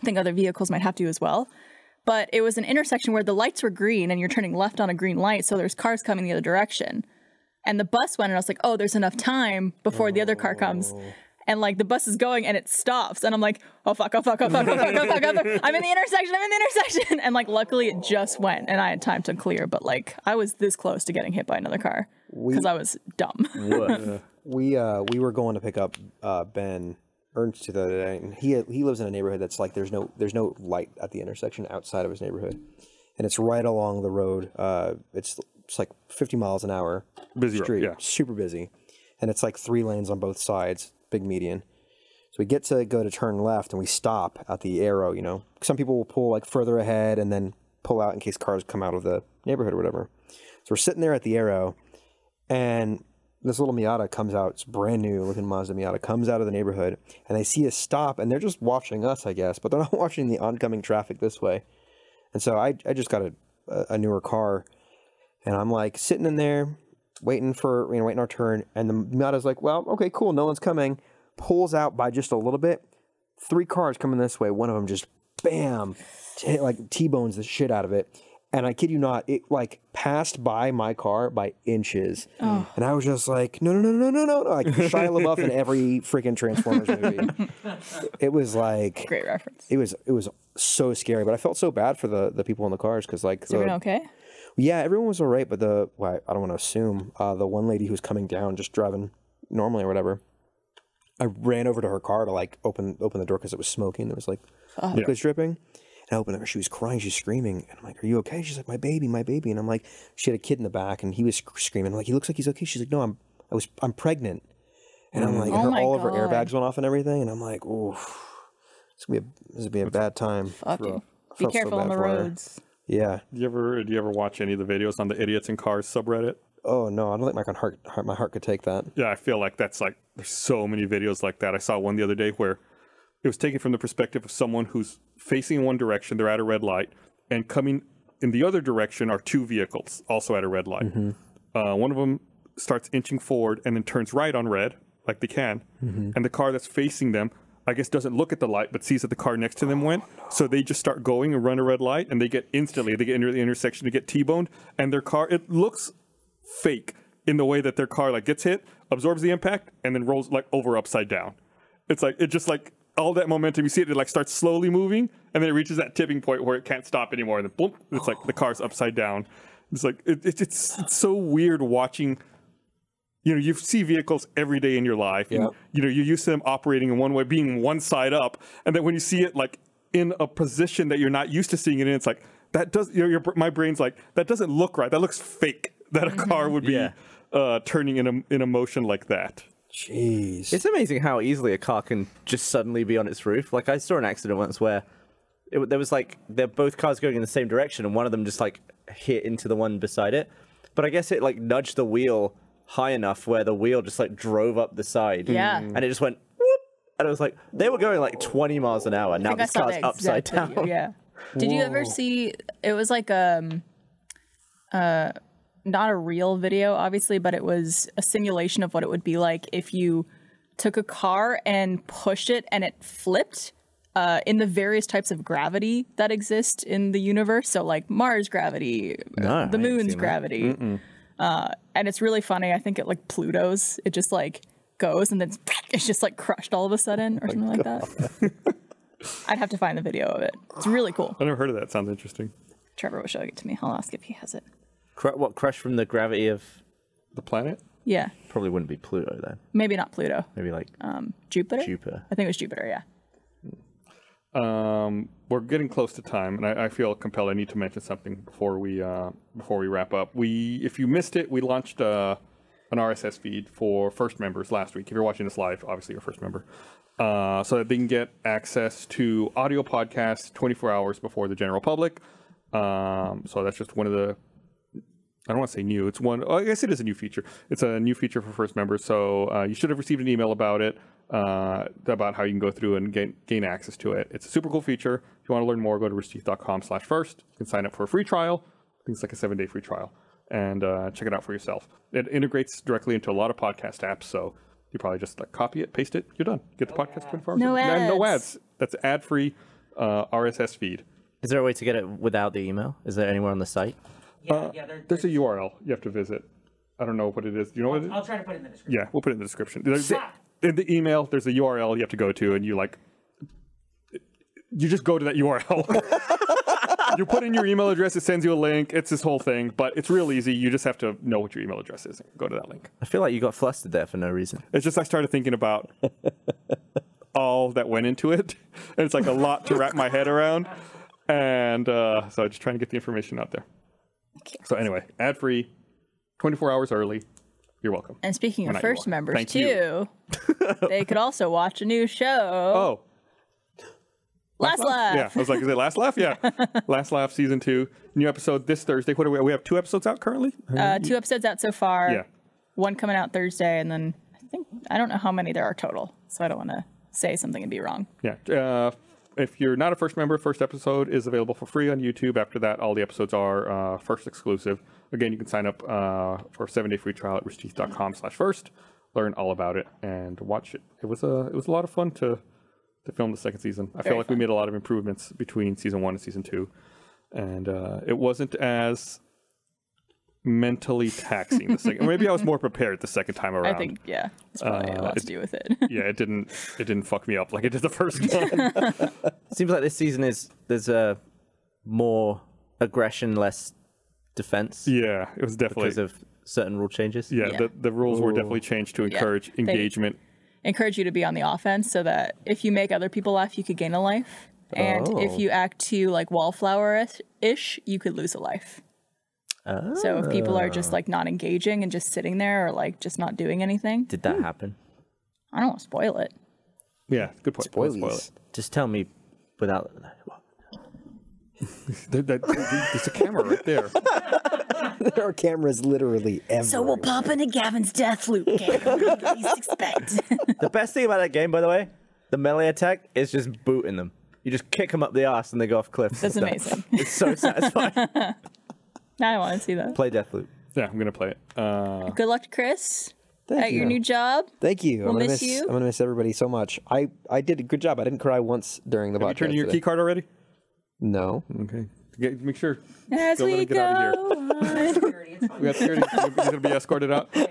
D: I think other vehicles might have to as well. But it was an intersection where the lights were green and you're turning left on a green light, so there's cars coming the other direction. And the bus went and I was like, "Oh, there's enough time before the other car comes." And like the bus is going and it stops and I'm like, "Oh fuck, oh fuck, oh fuck, oh fuck, oh fuck, oh fuck. I'm in the intersection, I'm in the intersection." And like luckily it just went and I had time to clear, but like I was this close to getting hit by another car cuz I was dumb.
C: we uh we were going to pick up uh Ben Ernst the other day, and he he lives in a neighborhood that's like there's no there's no light at the intersection outside of his neighborhood, and it's right along the road. Uh, it's it's like 50 miles an hour
H: Busy road,
C: street,
H: yeah.
C: super busy, and it's like three lanes on both sides, big median. So we get to go to turn left, and we stop at the arrow. You know, some people will pull like further ahead and then pull out in case cars come out of the neighborhood or whatever. So we're sitting there at the arrow, and this little Miata comes out. It's brand new looking Mazda Miata comes out of the neighborhood, and they see us stop, and they're just watching us, I guess, but they're not watching the oncoming traffic this way. And so I, I just got a, a a newer car, and I'm like sitting in there, waiting for you know waiting our turn, and the Miata's like, well, okay, cool, no one's coming. Pulls out by just a little bit. Three cars coming this way. One of them just bam, t- like t-bones the shit out of it. And I kid you not, it like passed by my car by inches, and I was just like, no, no, no, no, no, no, no, like Shia LaBeouf in every freaking Transformers movie. it was like
D: Great reference.
C: it was it was so scary, but I felt so bad for the the people in the cars because like
D: Is everyone
C: the-
D: okay?
C: yeah, everyone was all right, but the well, I- I don't want to assume uh, the one lady who was coming down just driving normally or whatever. I ran over to her car to like open open the door because it was smoking. There was like
D: Oh.
C: liquid dripping. And I opened it. She was crying. She's screaming. And I'm like, "Are you okay?" She's like, "My baby, my baby." And I'm like, she had a kid in the back, and he was sc- screaming. I'm like, he looks like he's okay. She's like, "No, I'm I was I'm pregnant." And I'm like,
D: Oh
C: her,
D: my
C: all of her
D: God.
C: airbags went off and everything. And I'm like, "Oof, this would be a this would be a bad time."
D: Fuck you. Be
C: Felt so
D: careful on
C: bad
D: the
C: for her.
D: roads.
C: Yeah.
H: Do you ever do you ever watch any of the videos on the idiots in cars subreddit?
C: Oh no, I don't think my con- heart, heart my heart could take that.
H: Yeah, I feel like that's like there's so many videos like that. I saw one the other day where it was taken from the perspective of someone who's facing in one direction, they're at a red light, and coming in the other direction are two vehicles also at a red light. Uh, one of them starts inching forward and then turns right on red, like they can, and the car that's facing them. I guess doesn't look at the light, but sees that the car next to them went. So they just start going and run a red light, and they get instantly they get into the intersection to get t-boned, and their car it looks fake in the way that their car like gets hit, absorbs the impact, and then rolls like over upside down. It's like it just like all that momentum you see it, it like starts slowly moving, and then it reaches that tipping point where it can't stop anymore, and then boom, it's like the car's upside down. It's like it, it, it's it's so weird watching. You know, you see vehicles every day in your life. Yeah. You know, you're used to them operating in one way, being one side up, and then when you see it like in a position that you're not used to seeing it in, it's like that does. You know, your, br- my brain's like that doesn't look right. That looks fake. That a car would be
B: Yeah.
H: uh, turning in a in a motion like that.
C: Jeez.
B: It's amazing how easily a car can just suddenly be on its roof. Like I saw an accident once where it, w- there was like they're both cars going in the same direction, and one of them just like hit into the one beside it. But I guess it like nudged the wheel high enough where the wheel just like drove up the side.
D: Yeah.
B: and it just went whoop, and it was like they were going like 20 miles an hour. Now
D: I think I
B: this
D: saw
B: car's
D: that
B: upside
D: exact
B: down.
D: video, Yeah. Did you ever see? It was like um, uh, not a real video, obviously, but it was a simulation of what it would be like if you took a car and pushed it and it flipped. Uh, in the various types of gravity that exist in the universe, so like Mars gravity, uh,
B: No,
D: the
B: I ain't
D: moon's
B: seen that.
D: gravity, uh, and it's really funny. I think it like Pluto's. It just like goes and then it's just like crushed all of a sudden
B: Oh
D: or something like that. I'd have to find the video of it. It's really cool.
H: I never heard of that. Sounds interesting.
D: Trevor will show it to me. I'll ask if he has it.
B: Cru- what crush from the gravity of
H: The planet.
D: Yeah,
B: probably wouldn't be Pluto then.
D: maybe not Pluto. Um,
B: Maybe like
D: Jupiter.
B: Jupiter.
D: I think it was Jupiter. Yeah.
H: Um, we're getting close to time, and I, I feel compelled. I need to mention something before we uh, before we wrap up. We, if you missed it, we launched uh, an RSS feed for first members last week. If you're watching this live, obviously you're a first member, uh, so that they can get access to audio podcasts 24 hours before the general public. Um, so that's just one of the I don't want to say new. It's one. oh, I guess it is a new feature. It's a new feature for first members. So uh, you should have received an email about it, uh, about how you can go through and gain, gain access to it. It's a super cool feature. If you want to learn more, go to richteeth.com slash first. You can sign up for a free trial. I think it's like a seven day free trial and uh, check it out for yourself. It integrates directly into a lot of podcast apps. So you probably just like copy it, paste it. You're done. Get the podcast 24 hours.
D: No
H: And No
D: ads.
H: ads. That's ad free uh, RSS feed.
B: Is there a way to get it without the email? Is there anywhere on the site?
G: Yeah, yeah. There,
H: There's a URL you have to visit. I don't know what it is. Do you know what it is?
G: I'll try to put it in the description.
H: Yeah, we'll put it in the description. There's- in the email, there's a URL you have to go to, and you like, you just go to that URL. you put in your email address, it sends you a link. It's this whole thing, but it's real easy. You just have to know what your email address is. and Go to that link.
B: I feel like you got flustered there for no reason.
H: It's just I started thinking about all that went into it, and it's like a lot to wrap my head around, and uh, so I'm just trying to get the information out there. So anyway, ad free, 24 hours early. You're welcome.
D: And speaking
H: Well,
D: of
H: not you
D: first
H: are.
D: members,
H: Thank
D: too,
H: you.
D: they could also watch a new show.
H: Oh,
D: Last Laugh.
H: Yeah, I was like, is it Last Laugh? Yeah, Last Laugh season two, new episode this Thursday. What do we? We have two episodes out currently.
D: Uh, two episodes out so far.
H: Yeah,
D: One coming out Thursday, and then I think, I don't know how many there are total, so I don't want to say something and be wrong.
H: yeah. Uh, if you're not a first member, first episode is available for free on YouTube. After that, all the episodes are uh, first exclusive. Again, you can sign up uh, for a seven day free trial at richteeth.com slash first. Learn all about it and watch it. It was a it was a lot of fun to to film the second season. I feel like we made a lot of improvements between season one and season two, and uh, it wasn't as mentally taxing the second. Maybe I was more prepared the second time around. Uh,
D: I think, yeah, it's probably a lot to do with it.
H: yeah, it didn't it didn't fuck me up like it did the first one.
B: It seems like this season is there's a more aggression, less defense
H: yeah, it was definitely
B: because of certain rule changes.
H: yeah,
D: Yeah.
H: The, the rules were definitely changed to encourage engagement.
D: Encourage you to be on the offense so that if you make other people laugh, you could gain a life. And if
B: Oh.
D: you act too like wallflower ish, you could lose a life. So if people are just like not engaging and just sitting there or like just not doing anything,
B: Did that happen?
D: I don't want to spoil it.
H: Yeah, good point. Don't spoil
C: Spoilies.
H: it.
B: Just tell me without.
H: There- that- there's a camera right there.
C: There are cameras literally everywhere.
E: So we'll pop into Gavin's death loop, Gavin. Please expect.
B: The best thing about that game, by the way, the melee attack is just booting them. You just kick them up the ass and they go off cliffs. and
D: That's
B: stuff.
D: amazing.
B: It's so satisfying.
D: now I want to see that.
B: Play Deathloop.
H: Yeah, I'm gonna play it. Uh,
D: Good luck, Chris,
C: Thank
D: at
C: you.
D: your new job.
C: Thank you. I'm
D: We'll
C: gonna
D: miss you.
C: I'm gonna miss everybody so much. I I did a good job. I didn't cry once during the
H: you
C: podcast
H: turning your
C: today.
H: key card already?
C: No.
H: Okay. Get, make sure
D: As
H: Don't let
D: we
H: him
D: go,
H: get out
D: on.
G: Security, it's fine.
H: we got security. You're gonna be escorted out.
D: well,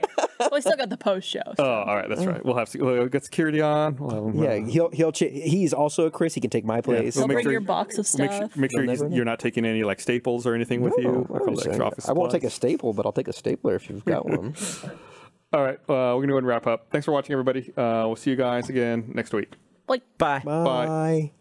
D: we still got the post show.
H: Oh, all right, that's right. We'll have sec- we'll get security on. We'll have them.
C: Yeah, he'll he'll ch- he's also a Chris. He can take my place.
H: We'll
D: They'll
H: make
D: bring
H: sure-
D: your box of
H: Make sure,
D: stuff.
H: make sure
C: never
H: you,
C: know.
H: you're not taking any like staples or anything with
C: No, I
H: you. Like, all
C: wouldn't
H: the
C: say
H: extra office
C: that. I won't
H: supplies.
C: take a staple, but I'll take a stapler if you've got one.
H: All right, uh, we're gonna go ahead and wrap up. Thanks for watching, everybody. Uh, we'll see you guys again next week.
D: Like,
B: Bye.
C: Bye.